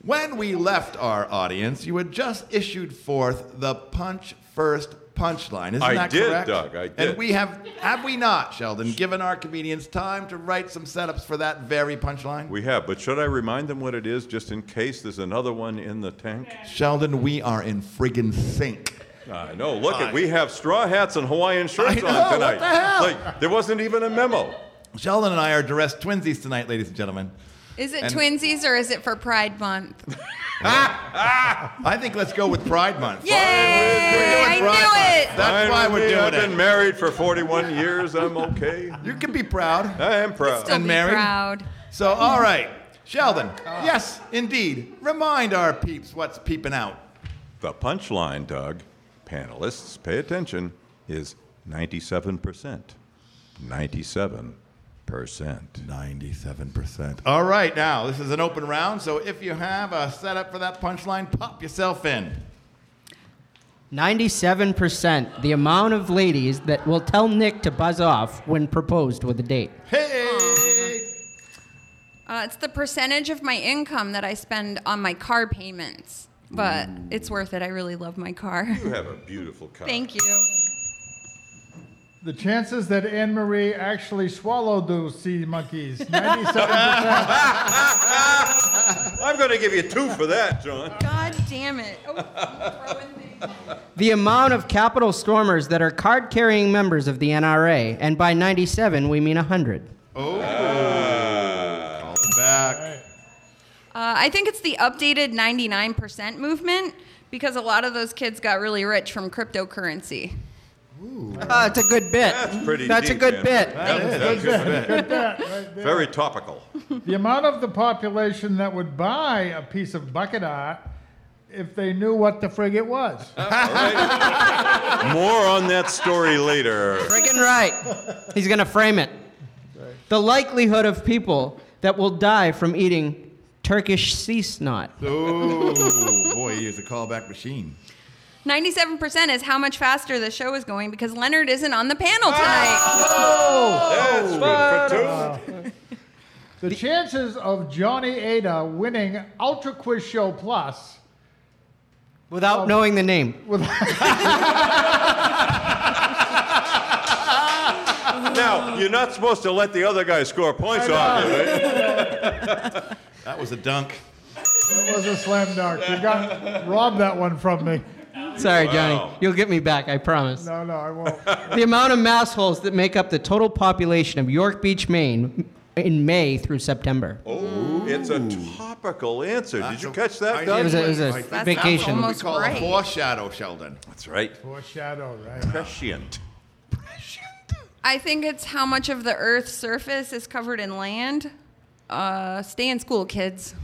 C: when we left our audience, you had just issued forth the punch first punchline. Isn't
A: I
C: that
A: did,
C: correct?
A: Doug, I
C: And
A: did.
C: we have, have we not, Sheldon, given our comedians time to write some setups for that very punchline?
A: We have, but should I remind them what it is just in case there's another one in the tank?
C: Sheldon, we are in friggin' sync.
A: I know. Look, at, we have straw hats and Hawaiian shirts
C: I know,
A: on
C: what
A: tonight.
C: the hell?
A: Like there wasn't even a memo.
C: Sheldon and I are dressed twinsies tonight, ladies and gentlemen.
B: Is it
C: And-
B: twinsies or is it for Pride Month?
C: I think let's go with Pride Month.
B: Yay!
C: We're
B: I
C: doing Pride Month.
B: knew it.
A: Fine
C: That's why
A: with
C: we're
A: me.
C: doing
A: I've
C: it.
A: been married for 41 years. I'm okay.
C: You can be proud.
A: I am proud.
B: Still be
C: married?
B: proud.
C: So, all right, Sheldon. Yes, indeed. Remind our peeps what's peeping out.
A: The punchline, Doug, panelists, pay attention, is 97%. 97%.
C: 97%. All right, now, this is an open round, so if you have a setup for that punchline, pop yourself in.
E: 97% the amount of ladies that will tell Nick to buzz off when proposed with a date.
C: Hey!
B: Uh, it's the percentage of my income that I spend on my car payments, but (laughs) it's worth it. I really love my car.
A: You have a beautiful car.
B: Thank you.
D: The chances that Anne Marie actually swallowed those sea
C: (laughs)
D: monkeys, 97%.
A: I'm going to give you two for that, John.
B: God damn it. Oh, I'm throwing things.
E: The amount of Capitol stormers that are card carrying members of the NRA, and by 97, we mean 100.
C: Call them back.
B: (laughs) Uh, I think it's the updated 99% movement because a lot of those kids got really rich from cryptocurrency.
E: Uh, it's a good bit.
A: That's pretty
E: That's
A: deep,
E: a good
A: Anne
E: bit.
A: Marie.
C: That is, that's good for that.
A: Very topical.
D: the amount of the population that would buy a piece of bucket art if they knew what the frig it
C: (laughs)
D: was.
C: Uh.
A: All right. More on that story later.
E: Friggin' right. He's gonna frame it. The likelihood of people that will die from eating Turkish sea snot.
C: Oh, boy, he is a callback machine.
B: 97% is how much faster the show is going because Leonard isn't on the panel tonight.
A: That's good for two.
D: The chances of Johnny Ada winning Ultra Quiz Show Plus
E: Without knowing the name.
A: Now, you're not supposed to let the other guy score points off you. eh?
C: That was a dunk.
D: that was a slam dunk. You
C: (laughs)
D: got robbed that one from me.
E: Sorry, Johnny.
A: Wow.
E: You'll get me back, I promise.
D: No, no, I won't.
E: The amount of mass holes that make up the total population of York Beach, Maine in May through September.
A: Oh, it's a topical answer. Did you catch
C: I
A: that,
C: did.
E: It
A: Doug?
E: was a, it was a
C: That's-
B: that's
E: vacation.
C: We
B: almost- That's
C: call a
B: right.
C: foreshadow, Sheldon.
A: That's right.
D: Foreshadow, right?
A: Prescient.
B: I think it's how much of the Earth's surface is covered in land. Uh, stay in school, kids.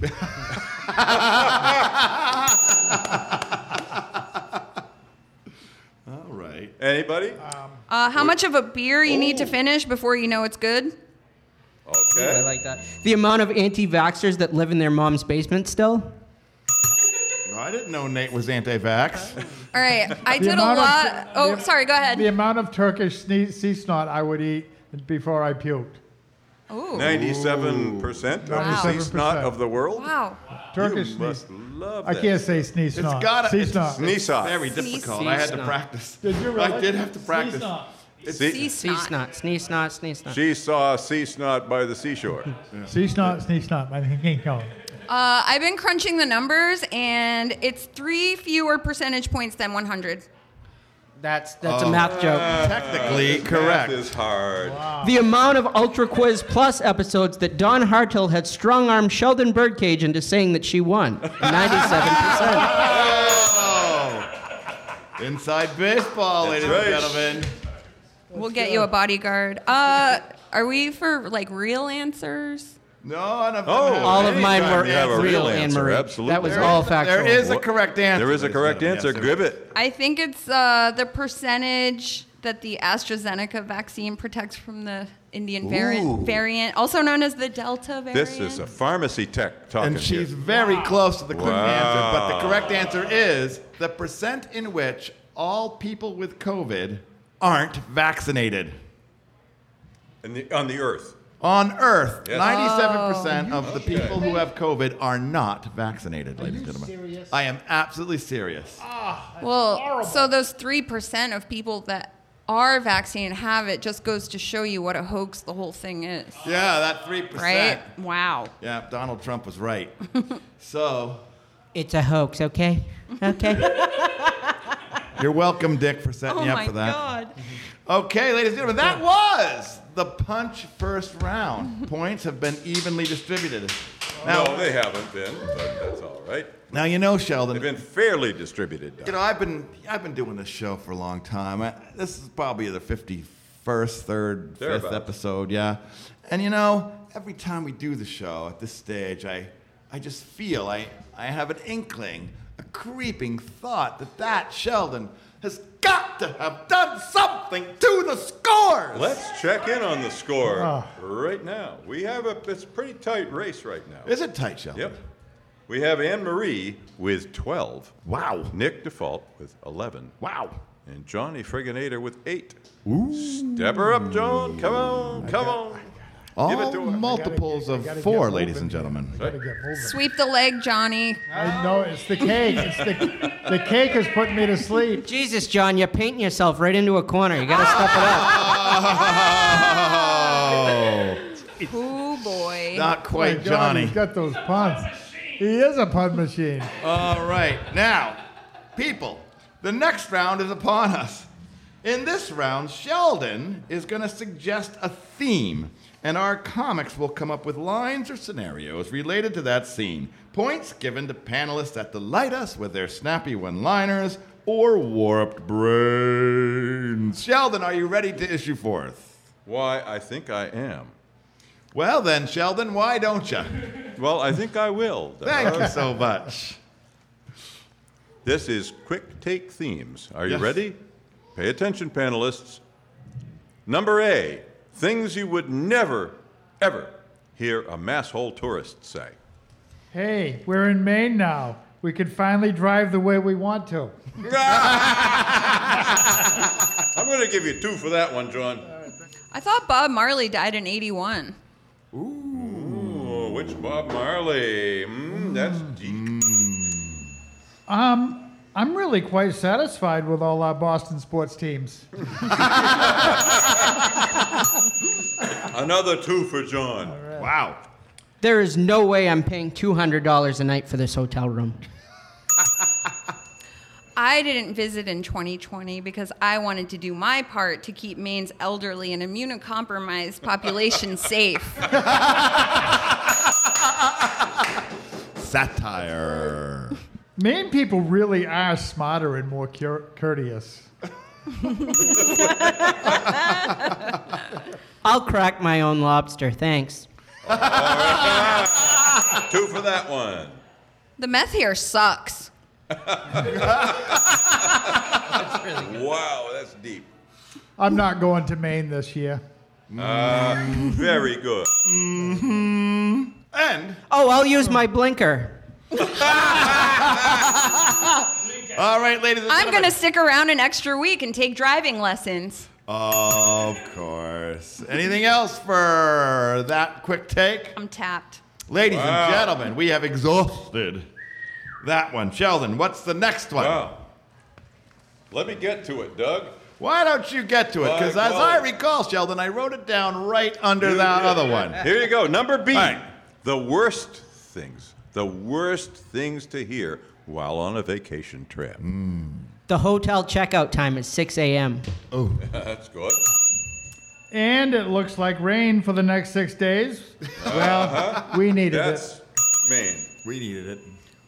C: All right.
A: Anybody?
B: Uh, how much of a beer you need to finish before you know it's good?
E: I
A: Okay.
E: like that. The amount of anti vaxxers that live in their mom's basement still.
C: No, I didn't know Nate was anti-vax.
B: All
D: (laughs)
B: right, I
D: The
B: did a
D: amount of-
B: lot.
D: the-
B: oh, sorry, go
D: The
B: ahead.
D: amount of Turkish sne- sea snot I would eat before I puked.
B: Oh,
A: 97% of the sea
B: 97%.
A: snot of the world?
B: wow.
D: Turkish
A: You
D: sne-
A: must love
D: I
A: that.
D: can't say sneeze
C: It's
D: snot.
C: gotta.
D: sea
C: it's
D: snot.
A: Sneeze off.
C: Very difficult.
E: Uh, Sneeze
C: I had to
E: off.
C: practice.
D: Did you really?
C: I did have to practice.
D: Sneeze snot.
A: See,
B: Sea
E: Sea
B: snot.
E: snot, sneeze snot, sneeze snot.
A: she saw sea snot by the seashore.
D: Sea snot, sneeze snot. I think ain't going.
B: Uh, I've been crunching the numbers, and it's three fewer percentage points than 100.
E: That's,
A: Oh.
E: that's a math joke.
C: Technically
A: Math
C: correct.
A: is hard.
E: The amount of Ultra Quiz Plus episodes that Don Hartel had strong armed Sheldon Birdcage into saying that she won.
A: (laughs)
E: 97%.
C: Oh. Inside baseball,
A: That's
C: ladies
A: right.
C: and gentlemen.
B: We'll get you a bodyguard. Uh, are we for like real answers?
C: No, I don't
A: Oh,
E: All of
A: Anytime
E: mine were
A: you have a
E: real,
A: real
E: Anne
A: answer,
E: Marie.
A: absolutely.
E: That was
A: There
E: all
A: is-
E: factual.
C: There is a
A: What-
C: correct answer.
A: There is a
C: ladies and
A: correct
C: gentlemen.
A: answer.
C: Yes,
A: Give it.
B: I think it's uh, the percentage that the AstraZeneca vaccine protects from the Indian variant, variant, also known as the Delta variant.
A: This is a pharmacy tech talking
C: And she's
A: here.
C: very close to the correct answer, but the
A: Wow.
C: correct answer is the percent in which all people with COVID aren't vaccinated.
A: In the, on the earth.
C: On Earth,
A: Yes.
C: 97%
E: Oh,
C: of the people who have COVID are not vaccinated, ladies and gentlemen. I am absolutely serious.
E: Ah.
B: well, so those three percent of people that are vaccinated have it just goes to show you what a hoax the whole thing is,
C: Yeah, that 3%.
B: right? Wow.
C: Yeah, Donald Trump was right.
E: (laughs)
C: so,
E: It's a hoax, okay?
A: (laughs)
E: Okay.
C: you're welcome, Dick, for setting
B: Oh
C: me
B: my
C: up for that.
B: God.
C: Okay, ladies and gentlemen, that was the punch first
B: (laughs)
C: round. Points have been evenly distributed. Now,
A: No, they haven't been, but that's all right.
C: now you know,
A: They've
C: Sheldon.
A: been fairly distributed.
C: You
A: Doc.
C: know, I've been I've been doing this show for a long time. I, this is probably the fifty-first, third, fifth
A: Thereabouts.
C: episode, yeah. And you know, every time we do the show at this stage, I I just feel I I have an inkling, a creeping thought that that Sheldon has got to have done something to the scores.
A: Let's check in on the score
D: Ah.
A: right now. We have a it's a pretty tight race right now.
C: Is it tight, Sheldon?
A: Yep. We have Anne Marie with 12,
C: Wow.
A: Nick Default with 11,
C: Wow.
A: and Johnny Frigginator with 8. Step her up, John. Come on, come on. it to her.
C: All
A: I
C: multiples
D: I gotta
C: of
D: get- I gotta
C: four,
D: get
C: ladies and
D: moving
C: gentlemen.
D: here. I gotta get moving.
B: Sweep the leg, Johnny.
D: I know it's the cake. It's the, the cake is putting me to sleep.
E: Jesus, John, you're painting yourself right into a corner. You gotta step it up.
C: Oh,
B: Oh boy.
C: not
D: My
C: quite
D: God,
C: Johnny.
D: He's got those puns. He is a pun machine.
C: All right, now, people, the next round is upon us. In this round, Sheldon is going to suggest a theme, and our comics will come up with lines or scenarios related to that scene. Points given to panelists that delight us with their snappy one liners or warped brains. Sheldon, are you ready to issue forth?
A: Why, I think I am.
C: Well, then, Sheldon, why don't you?
A: Well, I think I will. then.
C: Thank you so much.
A: This is Quick Take Themes. Are you
C: Yes.
A: ready? Pay attention, panelists. Number A things you would never, ever hear a masshole tourist
C: (laughs)
A: say.
D: Hey, we're in Maine now. We can finally drive the way we want to.
A: I'm going to give you two for that one, John.
B: I thought Bob Marley died in 81.
A: Ooh, Oh, which Bob Marley? Mm, that's deep.
D: Um, I'm really quite satisfied with all our Boston sports teams.
A: Another two for John.
C: Wow.
E: There is no way I'm paying $200 a night for this hotel room.
B: I didn't visit in 2020 because I wanted to do my part to keep Maine's elderly and immunocompromised (laughs) population safe.
C: Satire.
D: Maine people really are smarter and more cur- courteous.
E: I'll crack my own lobster, thanks.
A: Two for that one.
B: The meth here sucks.
A: Wow, that's deep.
D: I'm not going to Maine this year.
A: Very good.
C: And
E: Oh, I'll use my blinker.
C: All right, ladies and
B: I'm
C: gentlemen.
B: going to stick around an extra week and take driving lessons.
C: Of course. Anything else for that quick take?
B: I'm tapped.
C: Ladies
A: Wow.
C: and gentlemen, we have exhausted that one. Sheldon, what's the next one?
A: Wow. Let me get to it, Doug.
C: Why don't you get to it? Because
A: My
C: as I
A: God.
C: recall, Sheldon, I wrote it down right under
A: You
C: that
A: did.
C: other one.
A: Here you go. Number B.
C: All right.
A: The worst things. The worst things to hear while on a vacation trip.
C: Mm.
E: The hotel checkout time is 6 a.m.
A: That's good.
D: And it looks like rain for the next six days. Well, we needed it.
A: That's Maine.
C: We needed it.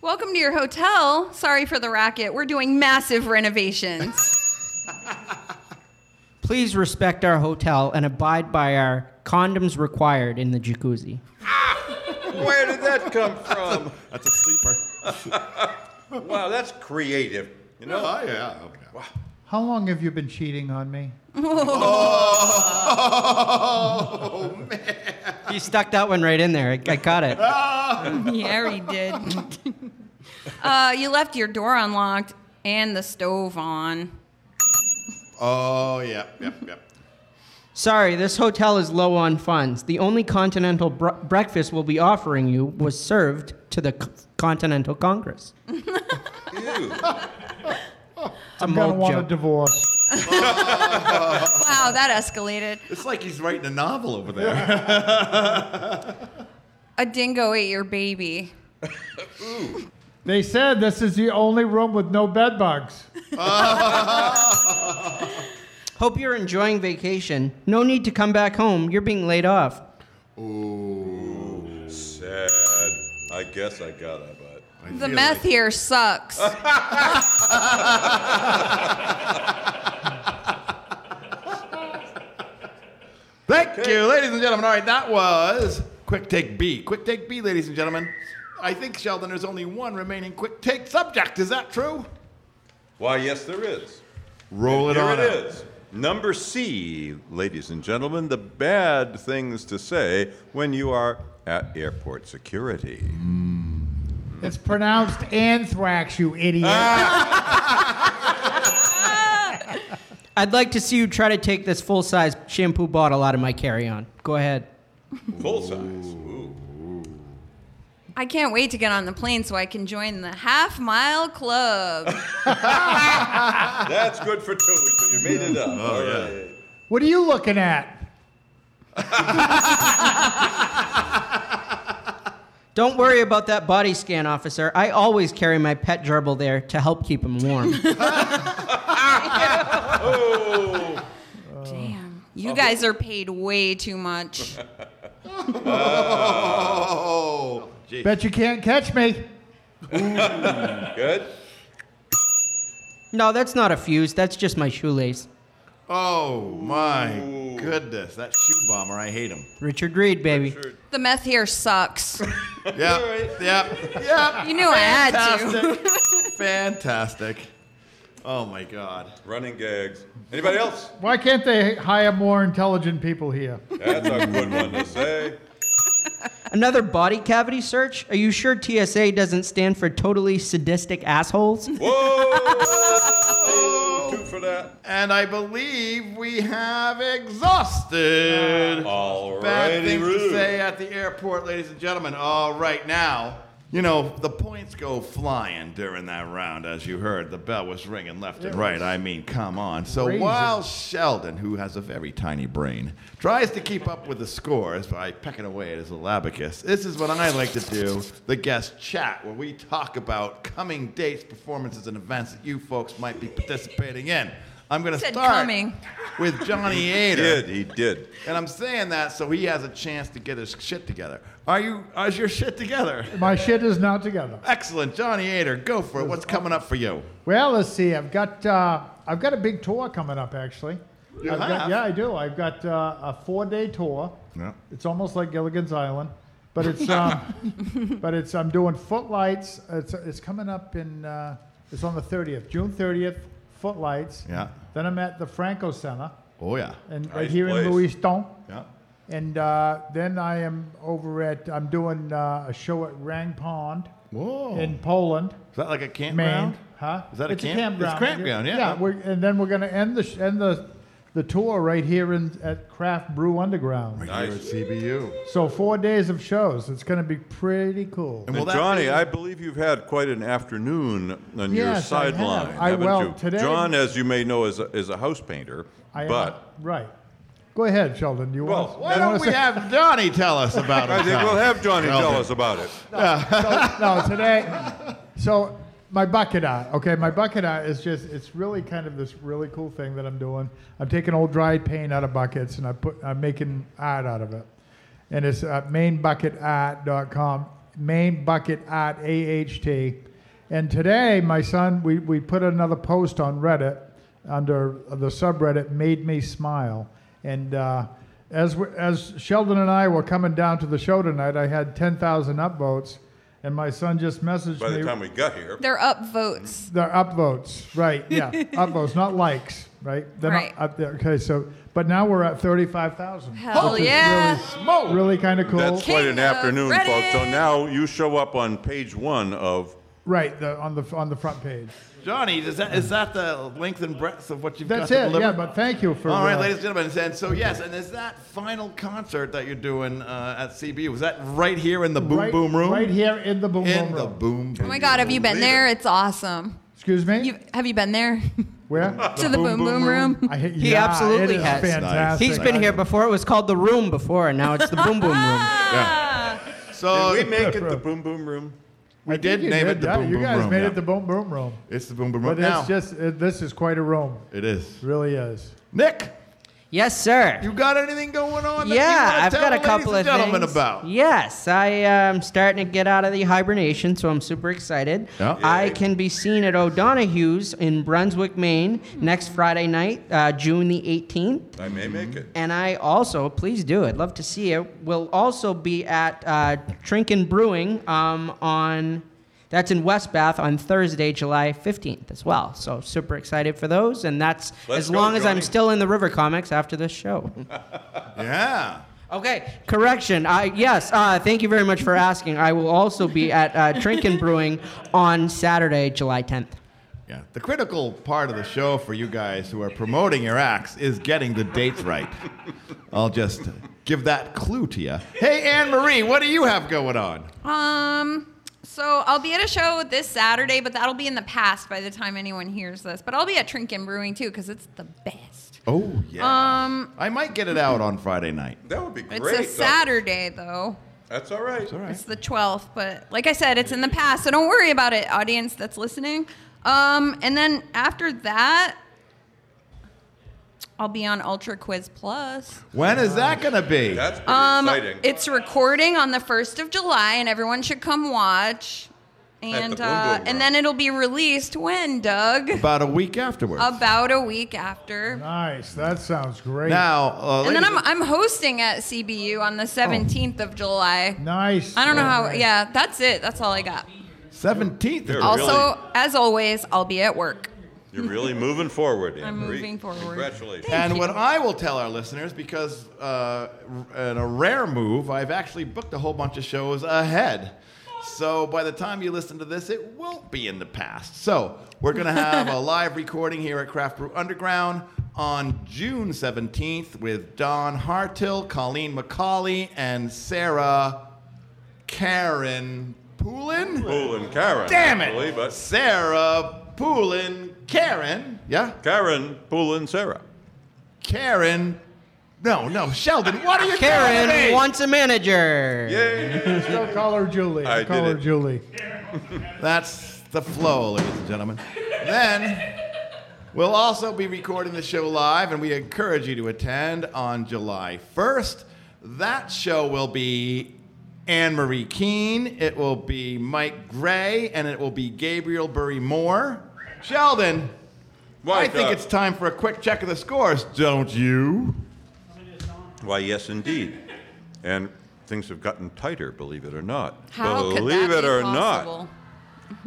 B: Welcome to your hotel. Sorry for the racket. We're doing massive renovations.
E: Please respect our hotel and abide by our condoms required in the jacuzzi.
A: Where did that come from?
C: (laughs) That's a sleeper.
A: wow, that's creative. You know?
C: Oh, yeah. Okay. (laughs)
D: How long have you been cheating on me?
E: He stuck that one right in there. I, I caught it.
B: (laughs) yeah, he did. (laughs) uh, you left your door unlocked and the stove on.
C: Oh, yeah. Yep, yep.
E: Sorry, this hotel is low on funds. The only continental br- breakfast we'll be offering you was served to the C- Continental Congress.
A: Ew.
E: It's a
D: I'm gonna
E: mold
D: want a
E: joke.
D: divorce.
B: Wow, that escalated.
C: It's like he's writing a novel over there.
B: A dingo ate your baby.
D: They said this is the only room with no bed bugs.
E: Hope you're enjoying vacation. No need to come back home. You're being laid off.
A: Sad. I guess I got it, but.
B: The meth
A: (laughs)
B: here sucks.
C: Thank you, ladies and gentlemen. All right, that was Quick Take B. Quick Take B, ladies and gentlemen. I think, Sheldon, there's only one remaining Quick Take subject. Is that true?
A: Why, yes, there is.
C: Roll
A: Here it is. Number C, ladies and gentlemen, the bad things to say when you are at airport security.
D: It's pronounced (laughs) anthrax, you idiot.
E: I'd like to see you try to take this full size shampoo bottle out of my carry on. Go ahead.
A: Full size. Ooh.
B: I can't wait to get on the plane so I can join the half mile club.
A: That's good for two weeks. So you made it up. All right.
D: What are you looking at?
E: Don't worry about that body scan, officer. I always carry my pet gerbil there to help keep him warm.
A: Oh.
B: Damn. You guys are paid way
A: (laughs)
B: too much.
C: Oh, gee.
D: Bet you can't catch me.
A: Good?
E: no, that's not a fuse. That's just my shoelace.
C: Oh my goodness, that shoe bomber! I hate him.
E: Richard Reed, baby.
B: The meth here
A: (laughs)
B: sucks.
C: Yep, yep, yep.
B: You knew I had to.
A: (laughs)
C: Fantastic, fantastic. Oh my god.
A: Running gags. Anybody else?
D: Why can't they hire more intelligent people here?
A: That's a good one to say.
E: Another body cavity search? Are you sure TSA doesn't stand for totally sadistic assholes?
A: Whoa! Two for that.
C: And I believe we have exhausted
A: All
C: bad
A: righty,
C: things to
A: Roo.
C: say at the airport, ladies and gentlemen. All right, now, you know, the points go flying during that round, as you heard. The bell was ringing left and right. I mean, come on. So
D: Crazy.
C: while Sheldon, who has a very tiny brain, tries to keep up with the scores by pecking away at his little abacus, this is what I like to do the guest chat, where we talk about coming dates, performances, and events that you folks might be participating in. I'm going to
B: Said
C: start
B: coming.
C: with Johnny Ader.
A: Did (laughs) he did?
C: And I'm saying that so he has a chance to get his shit together. Are you? Is your shit together?
D: My shit is not together.
C: Excellent, Johnny Ader. Go for it. What's coming up for you?
D: Well, let's see. I've got uh, I've got a big tour coming up actually.
C: You
D: I've
C: have?
D: Got, yeah, I do. I've got uh, a four-day tour.
C: Yeah.
D: It's almost like Gilligan's Island, but
C: (laughs)
D: it's um, but it's I'm doing Footlights. It's it's coming up in uh, it's on the 30th, June 30th. Footlights.
C: Yeah.
D: Then I'm at the Franco Center
C: Oh yeah.
D: and right
A: Nice
D: here
A: place.
D: in Lewiston.
C: Yeah.
D: And uh, then I am over at I'm doing uh, a show at Rang Pond
C: Whoa.
D: in Poland.
C: is that like a Oh. campground?
D: Maine, huh?
C: Is that a
D: it's
C: camp-
D: A
C: it's
D: campground.
C: campground, yeah.
D: Yeah, we're, and then we're going to end the sh- end the the tour right here in at Craft Brew Underground.
C: Here at
A: Nice.
C: CBU.
D: So four days of shows. It's going to be pretty cool.
C: Well,
A: And
C: that
A: Johnny,
C: is-
A: I believe you've had quite an afternoon on your
D: Yes, I have.
A: sideline,
D: I-
A: haven't
D: well,
A: you?
D: today-
A: John, as you may know, is a, is a house painter,
D: I am- (laughs)
A: but
D: right. Go ahead, Sheldon. Do you
A: Well,
D: want?
C: Why
D: you wanna
C: don't we
D: say-
C: have Johnny tell us about it?
A: I think we'll have Johnny
C: Well,
A: tell us about it.
D: so, no, today. So my bucket art. Okay, my bucket art is just. It's really kind of this really cool thing that I'm doing. I'm taking old dried paint out of buckets and I put. I'm making art out of it, and it's uh, mainbucketart.com. Main bucket art aht. And today, my son, we, we put another post on Reddit under the subreddit "Made Me Smile," and uh, as we, as Sheldon and I were coming down to the show tonight, I had 10,000 upvotes, and my son just messaged
A: By
D: me.
A: the time we got here,
B: They're up votes.
D: they're upvotes, right? Yeah, upvotes, not likes, right? They're not
B: Right.
D: up there. Okay, so but now we're at 35,000.
B: Hell
D: which is
B: yeah.
D: Really, really kind of cool.
A: that's quite
B: King
A: an
B: of
A: afternoon, folks. So
B: Reddit.
A: now you show up on page one of
D: right, the, on the on the front page.
C: Johnny, is that is that the length and breadth of what you've
D: That's
C: got to
D: it.
C: deliver?
D: Yeah, but thank you for
C: All right,
D: uh,
C: ladies and gentlemen, and so yes, and is that final concert that you're doing uh, at CBU? Was that right here in the Boom
D: right,
C: Boom Room?
D: right here in the boom
C: in
D: boom
C: the
D: room.
C: Boom Boom.
B: Oh my God, have you been
A: Believe it.
B: there? It's awesome.
D: Excuse me.
B: You have you been (laughs) there
C: (laughs)
D: Where?
B: to the boom boom, room?
D: I,
E: He
D: yeah,
E: absolutely
D: it is
E: has. Nice.
D: Fantastic.
E: He's been here before. It was called the room before, and now it's the boom boom room.
B: (laughs)
C: So
A: Did we make it the boom boom room?
C: We
D: I
C: did
D: think you
C: name it the
D: yeah,
C: Boom
D: You
C: Boom
D: guys
C: Room,
D: made
C: yeah.
D: it the boom boom room.
C: It's the Boom Boom Room
D: But
C: now.
D: it's just it, this is quite a room.
C: it is.
D: It really is.
C: Nick,
E: Yes, sir.
C: you got anything going on? that you
E: yeah,
C: wanna
E: I've
C: tell
E: got
C: the
E: a couple of
C: ladies and gentlemen
E: things.
C: about.
E: Yes, I am starting to get out of the hibernation, so I'm super excited.
C: Yeah.
E: I can be seen at O'Donoghue's in Brunswick, Maine, next Friday night, uh, June the 18th.
A: I may make it.
E: And I also, please do, I'd love to see you. Will also be at uh, Trinken Brewing um, on, that's in West Bath on Thursday, July 15th as well. So super excited for those. And that's
A: Let's
E: as
A: go,
E: long as
A: Johnny.
E: I'm still in the River Comics after this show. (laughs)
C: Yeah.
E: Okay, correction. I yes, uh, thank you very
A: (laughs)
E: much for asking. I will also be at uh, Trinken Brewing on Saturday, July 10th.
C: Yeah. The critical part of the show for you guys who are promoting your acts is getting the
E: (laughs)
C: dates right. I'll just give that clue to you. Hey, Anne Marie, what do you have going on?
B: Um, so I'll be at a show this Saturday, but that'll be in the past by the time anyone hears this. But I'll be at Trinket Brewing too because it's the best.
C: Oh, yeah.
B: Um,
C: I might get it out on Friday night.
A: That would be
B: It's
A: great.
B: a
A: though.
B: Saturday though.
A: That's all right.
C: It's all right.
B: It's the 12th, but like I said, it's in the past, so don't worry about it, audience that's listening. Um, and then after that, I'll be on Ultra Quiz Plus.
C: When is
B: uh,
C: that going to be?
A: That's pretty
B: Um,
A: exciting.
B: it's recording on the 1st of July, and everyone should come watch. And,
A: the
B: uh,
A: Boom Boom
B: and
A: Room.
B: then it'll be released when, Doug?
C: About a week afterwards.
B: About a week after.
D: Nice. That sounds great.
C: now, uh,
B: And then
C: ladies-
B: I'm, I'm hosting at CBU on the 17th of July.
D: Nice.
B: I don't know
D: All
B: how,
D: right.
B: yeah, that's it. That's all I got.
C: 17th.
A: There.
B: Also,
A: Really?
B: as always, I'll be at work.
A: You're really moving forward, Anne
B: (laughs) I'm
A: Marie.
B: moving forward.
A: Congratulations.
B: Thank
C: and
B: you.
C: what I will tell our listeners, because uh, r- in a rare move, I've actually booked a whole bunch of shows ahead. So by the time you listen to this, it won't be in the past. So we're going to have
B: (laughs)
C: a live recording here at Craft Brew Underground on June 17th with Don Hartill, Colleen McCauley, and Sarah Karen Poulin.
A: Cool and Karen.
C: Damn
A: actually,
C: it!
A: but
C: Sarah Poulin, Karen. Yeah?
A: Karen, Pool, and Sarah.
C: Karen. No, no, Sheldon, what are you telling
E: Karen
C: me?
E: wants a manager.
A: Yay!
D: Still call her Julie.
A: I
D: call
A: did
D: her
A: it.
D: Julie.
C: That's the flow, ladies and gentlemen. Then we'll also be recording the show live, and we encourage you to attend on July 1st. That show will be Anne Marie Keene, it will be Mike Gray, and it will be Gabriel Burry Moore. Sheldon, I
A: Why,
C: think
A: uh,
C: it's time for a quick check of the scores, don't you?
A: Why, yes, indeed. And things have gotten tighter, believe it or not.
B: How could
A: believe
B: that
A: it
B: be
A: or
B: possible?
A: not.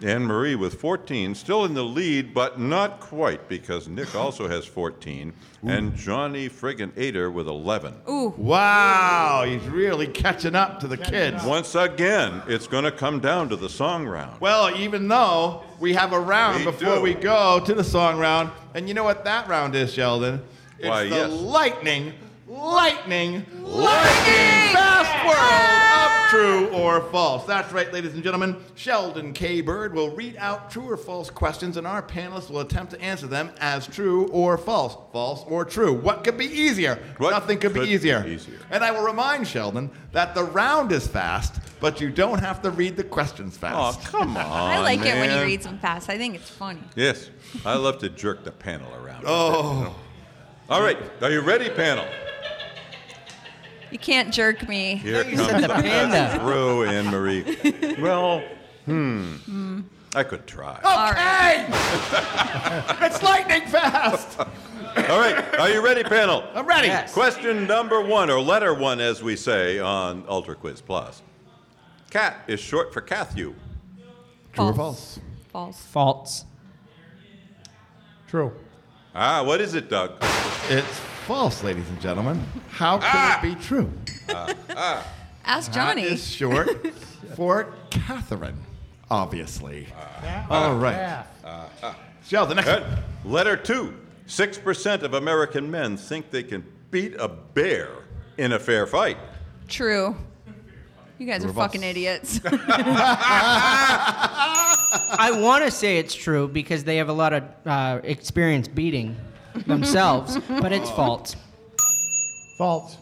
A: Anne Marie with 14, still in the lead, but not quite because
B: (laughs)
A: Nick also has 14, and Johnny Friggin Ader with 11.
C: Wow, he's really catching up to the kids.
A: Once again, it's going to come down to the song round.
C: Well, even though we have a
A: We
C: round before
A: do.
C: we go to the song round, and you know what that round is, Sheldon? It's
A: Why,
C: the
A: yes.
C: lightning, lightning,
B: Lightning!
C: fast world of true or false. That's right, ladies and gentlemen. Sheldon K. Bird will read out true or false questions, and our panelists will attempt to answer them as true or false, false or true. What could be easier?
A: What
C: Nothing could,
A: could
C: be easier.
A: be easier?
C: And I will remind Sheldon that the round is fast, but you don't have to read the questions
A: Oh,
C: fast.
A: come on.
B: (laughs) I like it when
A: man.
B: he reads them fast. I think it's funny.
A: Yes, I love to jerk the panel around.
C: Oh.
A: All right, are you ready, panel?
B: You can't jerk me.
A: Here
E: you said
A: comes
E: the
A: the
E: panda.
A: throw, Anne Marie. Well, hmm. I could try.
B: All right.
C: (laughs) it's lightning fast.
A: All right, are you ready, panel?
C: I'm ready.
E: Yes.
A: Question number one, or letter one, as we say on Ultra Quiz Plus. Cat is short for Cathew.
C: True or false?
B: False.
E: False.
D: True.
A: Ah, what is it, Doug?
C: It's false, ladies and gentlemen. How could it be true? That
B: Ask Johnny.
C: is
E: (laughs)
C: short for Catherine, obviously. All right.
D: Yeah.
C: Sheldon, next.
A: Good. Eh, Letter two. Six percent of American men think they can beat a bear in a fair fight.
B: True. You guys are
C: false?
B: fucking idiots. (laughs)
E: I want to say it's true because they have a lot of uh, experience beating themselves,
A: (laughs)
E: but it's false.
D: False.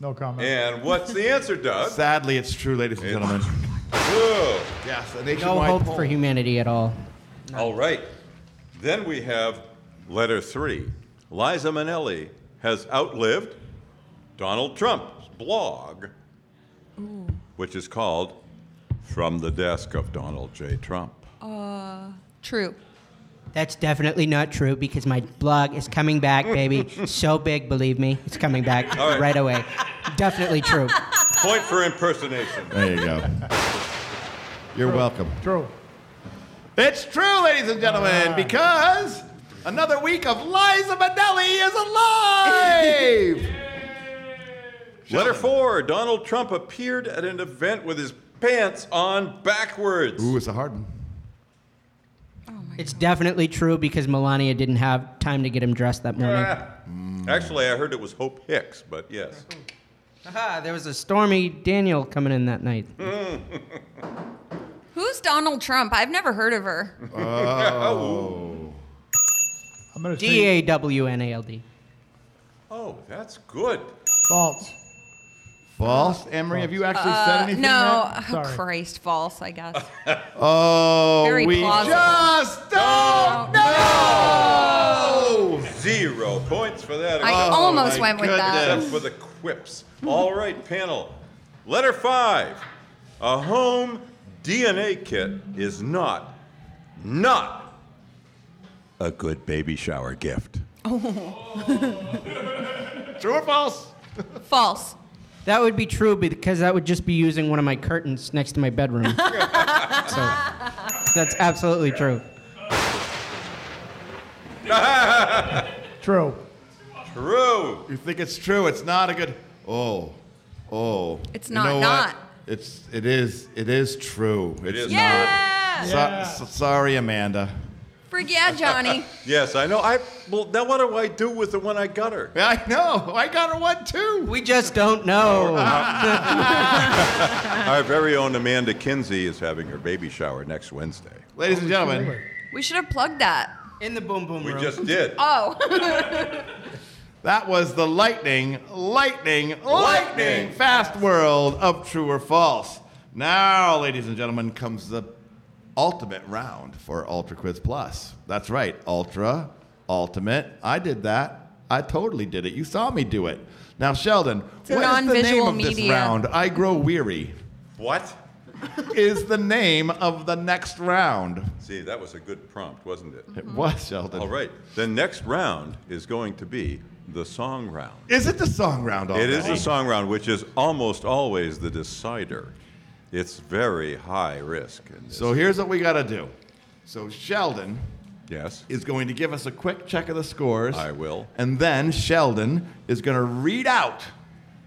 D: No comment.
A: And what's the answer, Doug?
C: Sadly, it's true, ladies and gentlemen.
A: Whoa.
C: Yes, a
E: No
C: nationwide
E: hope
C: poll.
E: for humanity at all.
A: All right. Then we have letter three. Liza Minnelli has outlived Donald Trump's blog, which is called From the Desk of Donald J. Trump.
B: True.
E: That's definitely not true because my blog is coming back,
A: (laughs)
E: baby. so big, believe me, it's coming back
A: All
E: right.
A: right.
E: away.
A: (laughs)
E: Definitely true.
A: Point for impersonation.
C: There you go. You're welcome.
D: True.
C: It's true, ladies and
E: Ah.
C: gentlemen, because another week of Liza Minnelli
E: (laughs)
C: is alive.
A: Letter four Donald Trump appeared at an event with his pants on backwards.
C: Ooh, it's a hard one.
E: It's definitely true because Melania didn't have time to get him dressed that morning.
A: Actually, I heard it was Hope Hicks, but yes.
E: Haha, there was a stormy Daniel coming in that night.
B: Who's Donald Trump? I've never heard of her.
D: I'm going to
E: D
D: say
E: A W N A L D.
A: Oh, that's good.
D: false.
C: False, Emery. Have you actually
B: Uh,
C: said anything?
B: no,
C: yet?
B: oh,
D: Sorry.
B: Christ, false. I guess.
C: Oh,
B: Very
C: we
B: plausible.
C: just don't know.
A: Zero points for that.
B: I
A: except-
B: almost
C: my
B: went with
A: except
B: that.
A: for the quips. All right, panel. Letter five. A home DNA kit is not, not a good baby shower gift.
C: True or false?
B: False.
E: That would be true because that would just be using one of my curtains next to my bedroom. so that's absolutely true.
D: True.
A: True.
C: You think it's true? It's not a good. Oh, oh.
B: It's
C: You
B: not
C: know what?
B: not.
C: It's it is it is true. It's
A: is
C: not.
B: Yeah.
C: So- so- sorry, Amanda.
B: Frig yeah, Johnny.
A: Yes, I know. I well. Now what do I do with the one I got her?
C: I know. I got her one too.
E: We just don't know.
B: Ah.
A: Our very own Amanda Kinsey is having her baby shower next Wednesday.
C: Ladies and gentlemen,
B: We should have plugged that.
E: In the boom boom
A: We
E: room.
A: just did.
B: Oh.
C: that was the lightning, lightning, lightning fast world of true or false. Now, ladies and gentlemen, comes the ultimate round for Ultra Quiz Plus. That's right, Ultra, Ultimate. I did that. I totally did it. You saw me do it. Now, Sheldon,
B: a
C: what is the name
B: non-visual
C: of this
B: media.
C: round? I grow weary.
A: What?
C: Is the name of the next round?
A: See, that was a good prompt, wasn't it?
B: Mm-hmm.
C: It was Sheldon.
A: All right. The next round is going to be the song round.
C: Is it the song round?
A: It
C: Already?
A: is the song round, which is almost always the decider. It's very high risk. In this.
C: So here's what we got to do. So Sheldon
A: yes,
C: is going to give us a quick check of the scores.
A: I will.
C: And then Sheldon is going to read out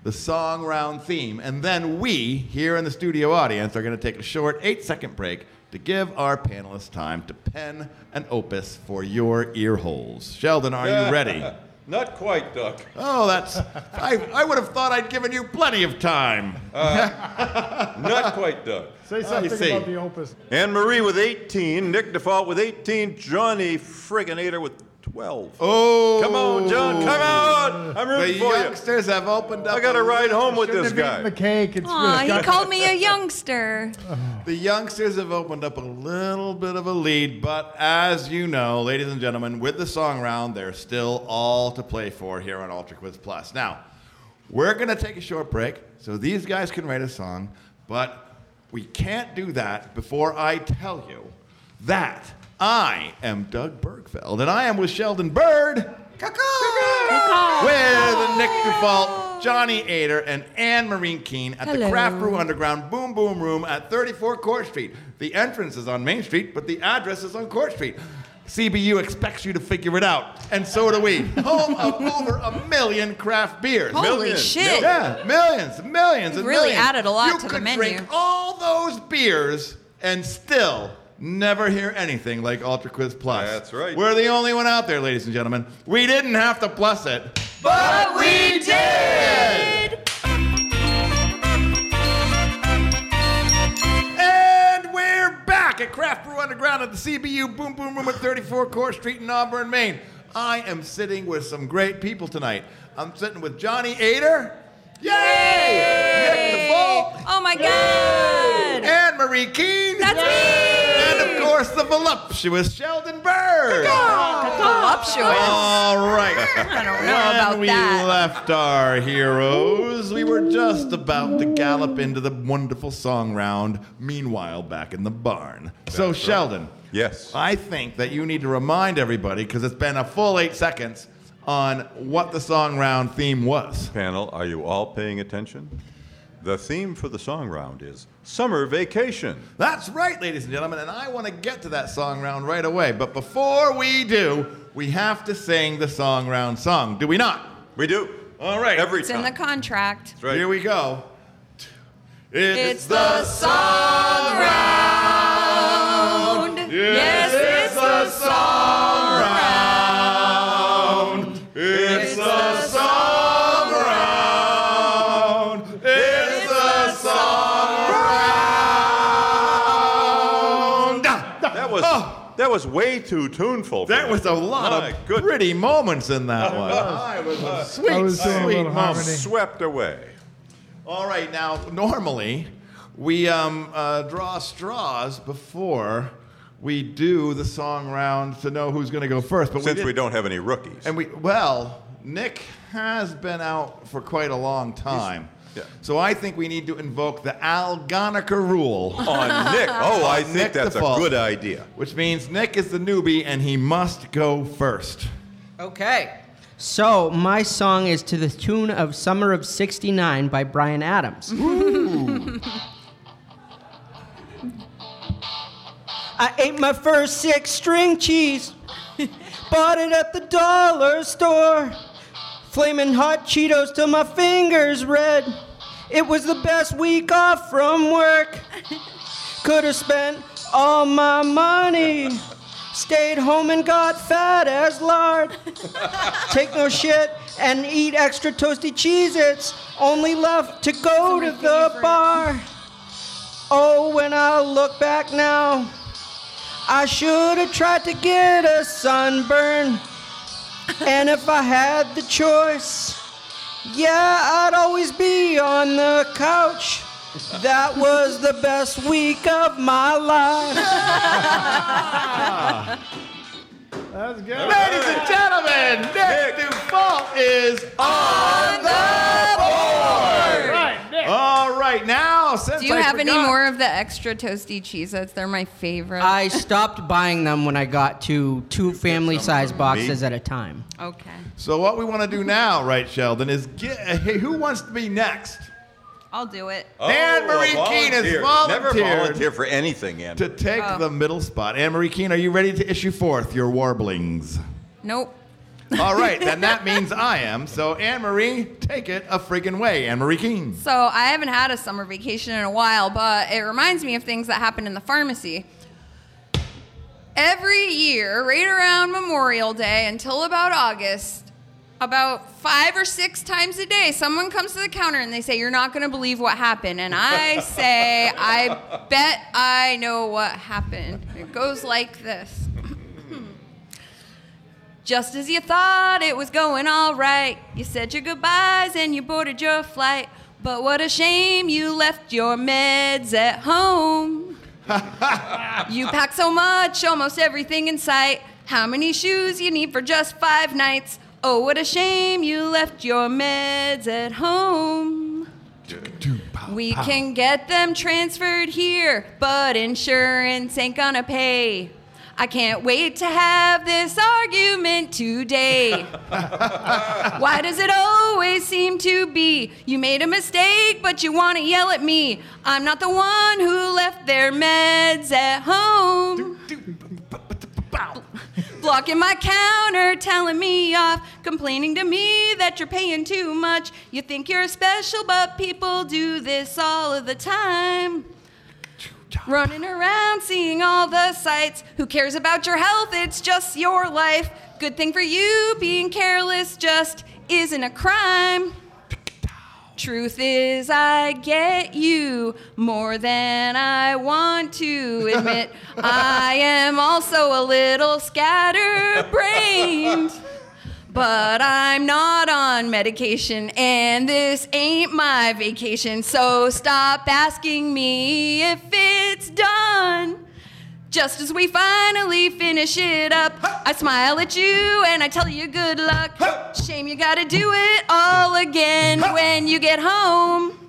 C: the song round theme. And then we, here in the studio audience, are going to take a short eight second break to give our panelists time to pen an opus for your ear holes. Sheldon, are you ready?
A: (laughs) Not quite, Duck.
C: Oh, that's. I, I would have thought I'd given you plenty of time.
A: Not quite, Duck.
D: Say something
C: see.
D: about the opus.
A: Anne Marie with 18, Nick Default with 18, Johnny Frigginator with 12.
C: Oh.
A: Come on, John, come on! I'm
C: The
A: rooting for you.
C: youngsters have opened up.
A: I gotta
C: a
A: ride
C: little-
A: home with
D: Shouldn't
A: this
D: have eaten
A: guy.
D: the cake. It's
B: Aw,
D: really
B: he (laughs) called me a youngster.
C: The youngsters have opened up a little bit of a lead, but as you know, ladies and gentlemen, with the song round, there's still all to play for here on Ultra Quiz Plus. Now, we're gonna take a short break so these guys can write a song, but we can't do that before I tell you that I am Doug Bergfeld and I am with Sheldon Bird. With Nick Default, Johnny Ader, and Anne Marine Keen at the
B: Hello.
C: Craft Brew Underground Boom Boom Room at 34 Court Street. The entrance is on Main Street, but the address is on Court Street. CBU expects you to figure it out, and so do we. Home of over a million craft beers.
B: Holy
A: Millions,
B: shit.
C: Yeah, millions, millions, and
B: Really
C: millions.
B: added a lot
C: you
B: to the
C: could
B: menu.
C: Drink all those beers and still never hear anything like Ultra Quiz Plus.
A: That's right.
C: We're the only one out there, ladies and gentlemen. We didn't have to plus it,
B: But we did!
C: and we're back at Craft Brew Underground at the CBU Boom Boom Room at 34 Court Street in Auburn, Maine. I am sitting with some great people tonight. I'm sitting with Johnny Ader. Yay! Nick DeVault.
B: Oh my god!
C: Anne Marie Keene.
B: That's me!
C: And of course, the voluptuous Sheldon Bird.
B: Voluptuous.
C: All right.
B: (laughs) I don't know
C: When
B: about
C: we
B: that.
C: left our heroes, we were just about to gallop into the wonderful song round. Meanwhile, back in the barn. so, Sheldon,
A: Yes.
C: I think that you need to remind everybody, because it's been a full eight seconds, on what the song round theme was.
A: Panel, are you all paying attention? The theme for the song round is summer vacation.
C: That's right, ladies and gentlemen, and I want to get to that song round right away. But before we do, we have to sing the song round song, do we not?
A: We do.
C: All right.
A: Every
B: It's in
A: time.
B: the contract.
A: That's right.
C: Here we go.
B: It's the song round. Yes, it's the
A: was
C: Oh.
A: that was way too tuneful. for
C: There
A: me.
C: was a lot
A: My
C: of
A: goodness.
C: pretty moments in that one.
A: I was uh,
C: Sweet,
D: I was doing a
C: sweet
D: little
C: moment.
D: harmony.
A: swept away.
C: All right, now normally we um, uh, draw straws before we do the song round to know who's going to go first. But
A: Since
C: we,
A: we
C: did-
A: don't have any rookies.
C: and we well, Nick has been out for quite a long time.
A: yeah.
C: So I think we need to invoke the Algonica rule,
A: on Nick. Oh, I think
C: Nick
A: that's a
C: default.
A: good idea.
C: which means Nick is the newbie and he must go first.
E: Okay. So my song is to the tune of "Summer of '69" by Brian Adams. I ate my first six-string cheese, bought it at the dollar store. Flaming hot Cheetos till my fingers red. It was the best week off from work. Could have spent all my money. Stayed home and got fat as lard. Take no shit and eat extra toasty Cheez Its. Only left to go to
B: That's my
E: the
B: favorite.
E: bar. Oh, when I look back now, I should have tried to get a sunburn. And if I had the choice, yeah, I'd always be on the couch. That was the best week of my life.
D: That's good.
C: Ladies and gentlemen, Nick Dufault is on the board. All right, now since
B: Do you
C: I
B: have
C: forgot,
B: any more of the extra toasty cheese its? They're my favorite.
E: I stopped buying them when I got to two family sized boxes at a time.
B: okay.
C: So what we want to do now, right, Sheldon, is get hey, who wants to be next
B: I'll do it.
C: Anne Marie
A: a
C: Keene has
A: volunteer. Never
C: volunteered.
A: volunteer for anything, Anne.
C: to take
B: Oh.
C: the middle spot? Anne Marie Keene, are you ready to issue forth your warblings?
B: Nope.
C: All right, then that means I am. So Anne Marie, take it a friggin' way, Anne Marie Keene.
B: So I haven't had a summer vacation in a while, but it reminds me of things that happened in the pharmacy. Every year, right around Memorial Day until about August, about five or six times a day, someone comes to the counter and they say, You're not going to believe what happened. And I say, I bet I know what happened. It goes like this. Just as you thought it was going all right, you said your goodbyes and you boarded your flight. But what a shame you left your meds at home. you packed so much, almost everything in sight. How many shoes you need for just five nights? Oh, what a shame you left your meds at home. We can get them transferred here, but insurance ain't gonna pay. I can't wait to have this argument today. Why does it always seem to be you made a mistake, but you want to yell at me? I'm not the one who left their meds at home. Blocking my counter, telling me off, complaining to me that you're paying too much. You think you're special, but people do this all of the time. Running around, seeing all the sights. Who cares about your health? It's just your life. Good thing for you, being careless just isn't a crime. Truth is, I get you more than I want to admit. I am also a little scatterbrained, but I'm not on medication, and this ain't my vacation. So stop asking me if it's done. Just as we finally finish it up, I smile at you and I tell you good luck. Shame you gotta do it all again when you get home.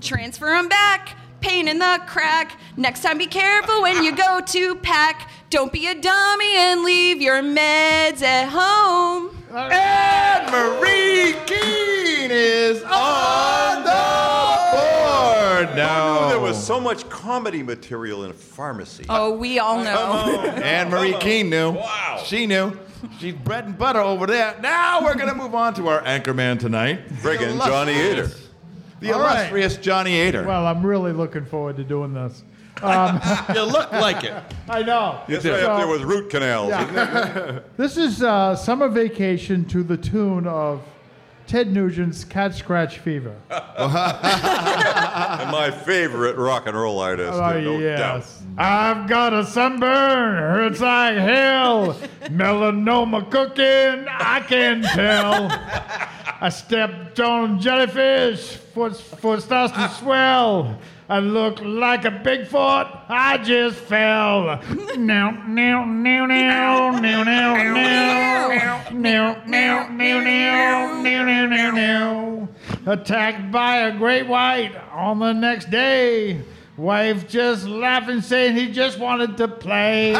B: Transfer 'em back, pain in the crack. Next time be careful when you go to pack. Don't be a dummy and leave your meds at home.
C: Anne Marie Keene is on the board.
A: I
C: Now
A: knew Oh, there was so much comedy material in a pharmacy.
B: Oh, we all know.
C: Anne Marie Keene knew.
A: Wow.
C: She knew. She's bread and butter over there. Now we're going to move on to our anchorman tonight.
A: Friggin' Johnny Eater.
C: The
D: All right.
C: illustrious Johnny Ader.
D: Well, I'm really looking forward to doing this. Um,
C: (laughs) you look like it.
D: (laughs) I know.
A: It's right up there with root canals.
D: Yeah.
A: isn't it?
D: This is uh, summer vacation to the tune of Ted Nugent's Cat Scratch Fever.
A: And my favorite rock and roll artist,
C: Oh,
A: no doubt.
D: I've got a sunburn, hurts
A: (laughs)
D: like hell. Melanoma cooking, I can tell. I stepped on jellyfish, foot, foot starts to swell. I look like a Bigfoot, I just fell. Now, now, now, now, now, now, now, now, now, now, now, now, now, now. Attacked by a great white on the next day. Wife just laughing, saying he just wanted to play.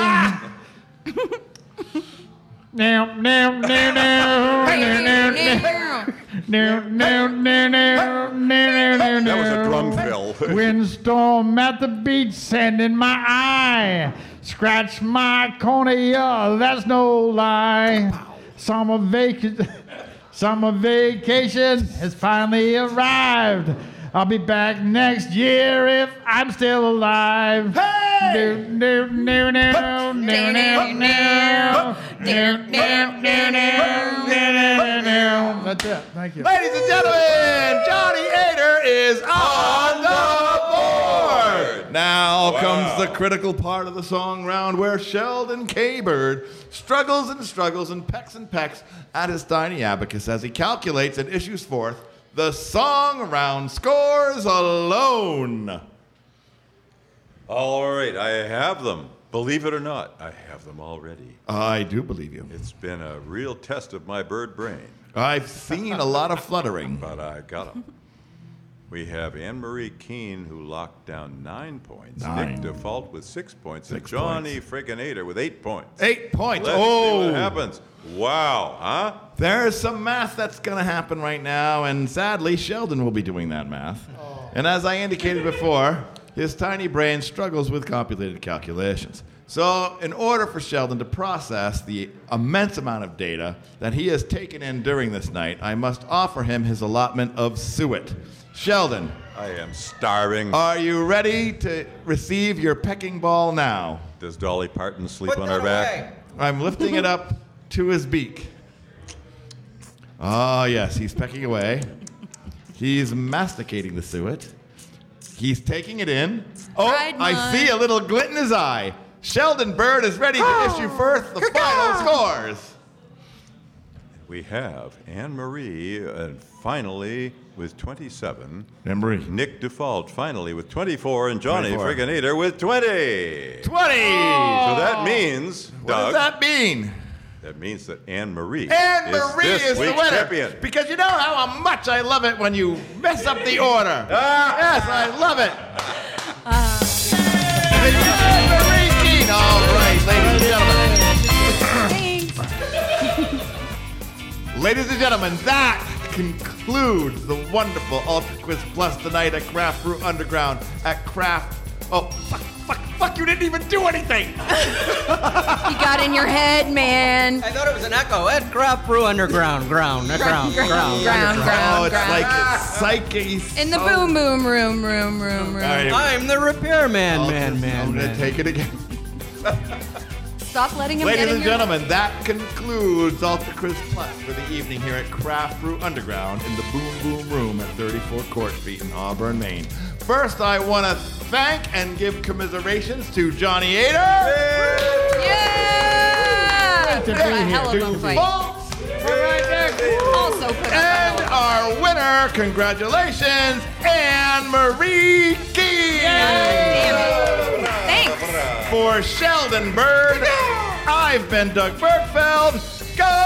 D: Now, now, now, now, now, now, (laughs) now. No, no, no, no, no, no, no,
A: That was a
D: no.
A: drum
C: (laughs)
A: fill.
D: Windstorm at the beach, sand in my eye. Scratch my cornea, that's no lie. Summer vacation, (laughs) summer vacation has finally arrived. I'll be back next year if I'm still alive. Hey! No, no, no, no, no, no, no, no, no, no, no, no, no. That's it. Thank you.
C: Ladies and gentlemen, Johnny Ader is on the board. Now comes the critical part of the song round where Sheldon K. Bird struggles and struggles and pecks and pecks at his tiny abacus as he calculates and issues forth the song round scores alone.
A: (laughs) All right, I have them. Believe it or not, I have them already.
C: I do believe you.
A: It's been a real test of my bird brain,
C: I've seen a lot of fluttering.
A: but uh, I got
C: (laughs)
A: them. We have Anne Marie Keene, who locked down nine points,
C: Nine.
A: Nick DeFault with six points, and
C: Six
A: Johnny friggin' Ader with eight points.
C: Eight points.
A: Let's
C: oh,
A: see what happens. Wow, huh?
C: There's some math that's going to happen right now, and sadly, Sheldon will be doing that math. And as I indicated before, his tiny brain struggles with complicated calculations. So, in order for Sheldon to process the immense amount of data that he has taken in during this night, I must offer him his allotment of suet. Sheldon,
A: I am starving.
C: are you ready to receive your pecking ball now?
A: Does Dolly Parton sleep
E: Put
A: on
E: that
A: her back?
C: I'm lifting it up to his beak. Ah, yes, he's pecking away. He's masticating the suet. He's taking it in. Oh,
B: Fried
C: I
B: mine.
C: see a little glint in his eye. Sheldon Bird is ready to
B: Oh,
C: issue forth the final scores.
A: We have Anne Marie, and finally with 27.
C: Memory.
A: Nick DeFault finally with 24, and Johnny
C: 24.
A: friggin' Ader with 20.
C: 20!
B: Oh.
A: So that means,
C: What
A: Doug,
C: does that mean?
A: that means that Anne Marie is
C: Anne Marie
A: this
C: is, the
A: week's
C: winner.
A: champion.
C: Because you know how much I love it when you mess up the order. yes, I love it. Uh, The Anne Marie Keene. All right, ladies and gentlemen.
B: Thanks.
C: Ladies and gentlemen, that concludes the wonderful Ultra Quiz Plus tonight at Craft Brew Underground at Craft. Oh, fuck, fuck, fuck, you didn't even do anything. (laughs)
B: You got in your head, man.
E: I thought it was an echo. Ed Crap Brew Underground. Ground. uh, Ground. Ground.
B: ground,
E: underground.
C: oh,
B: ground,
C: it's like
B: ground.
C: psyche.
B: In the boom, boom, room, room, room, room.
E: I'm the repairman, man,
C: Oh, I'm
E: man,
C: gonna
E: man.
C: take it again.
B: Stop letting him get
C: Ladies
B: in
C: and
B: your
C: gentlemen, that concludes Ultra Chris Plus for the evening here at Craft Brew Underground in the Boom Boom Room at 34 Court Street in Auburn, Maine. First, I want to thank and give commiserations to Johnny Ader.
B: Yeah!
D: to be
B: What a
D: here.
B: hell of
D: Good
B: a
D: to
B: fight.
C: Folks, we're right there.
B: Also put up a hell
C: And
B: of a
C: our winner, congratulations, Anne Marie Key.
B: Damn it. Thanks.
C: For Sheldon Bird, I've been Doug Bergfeld. Go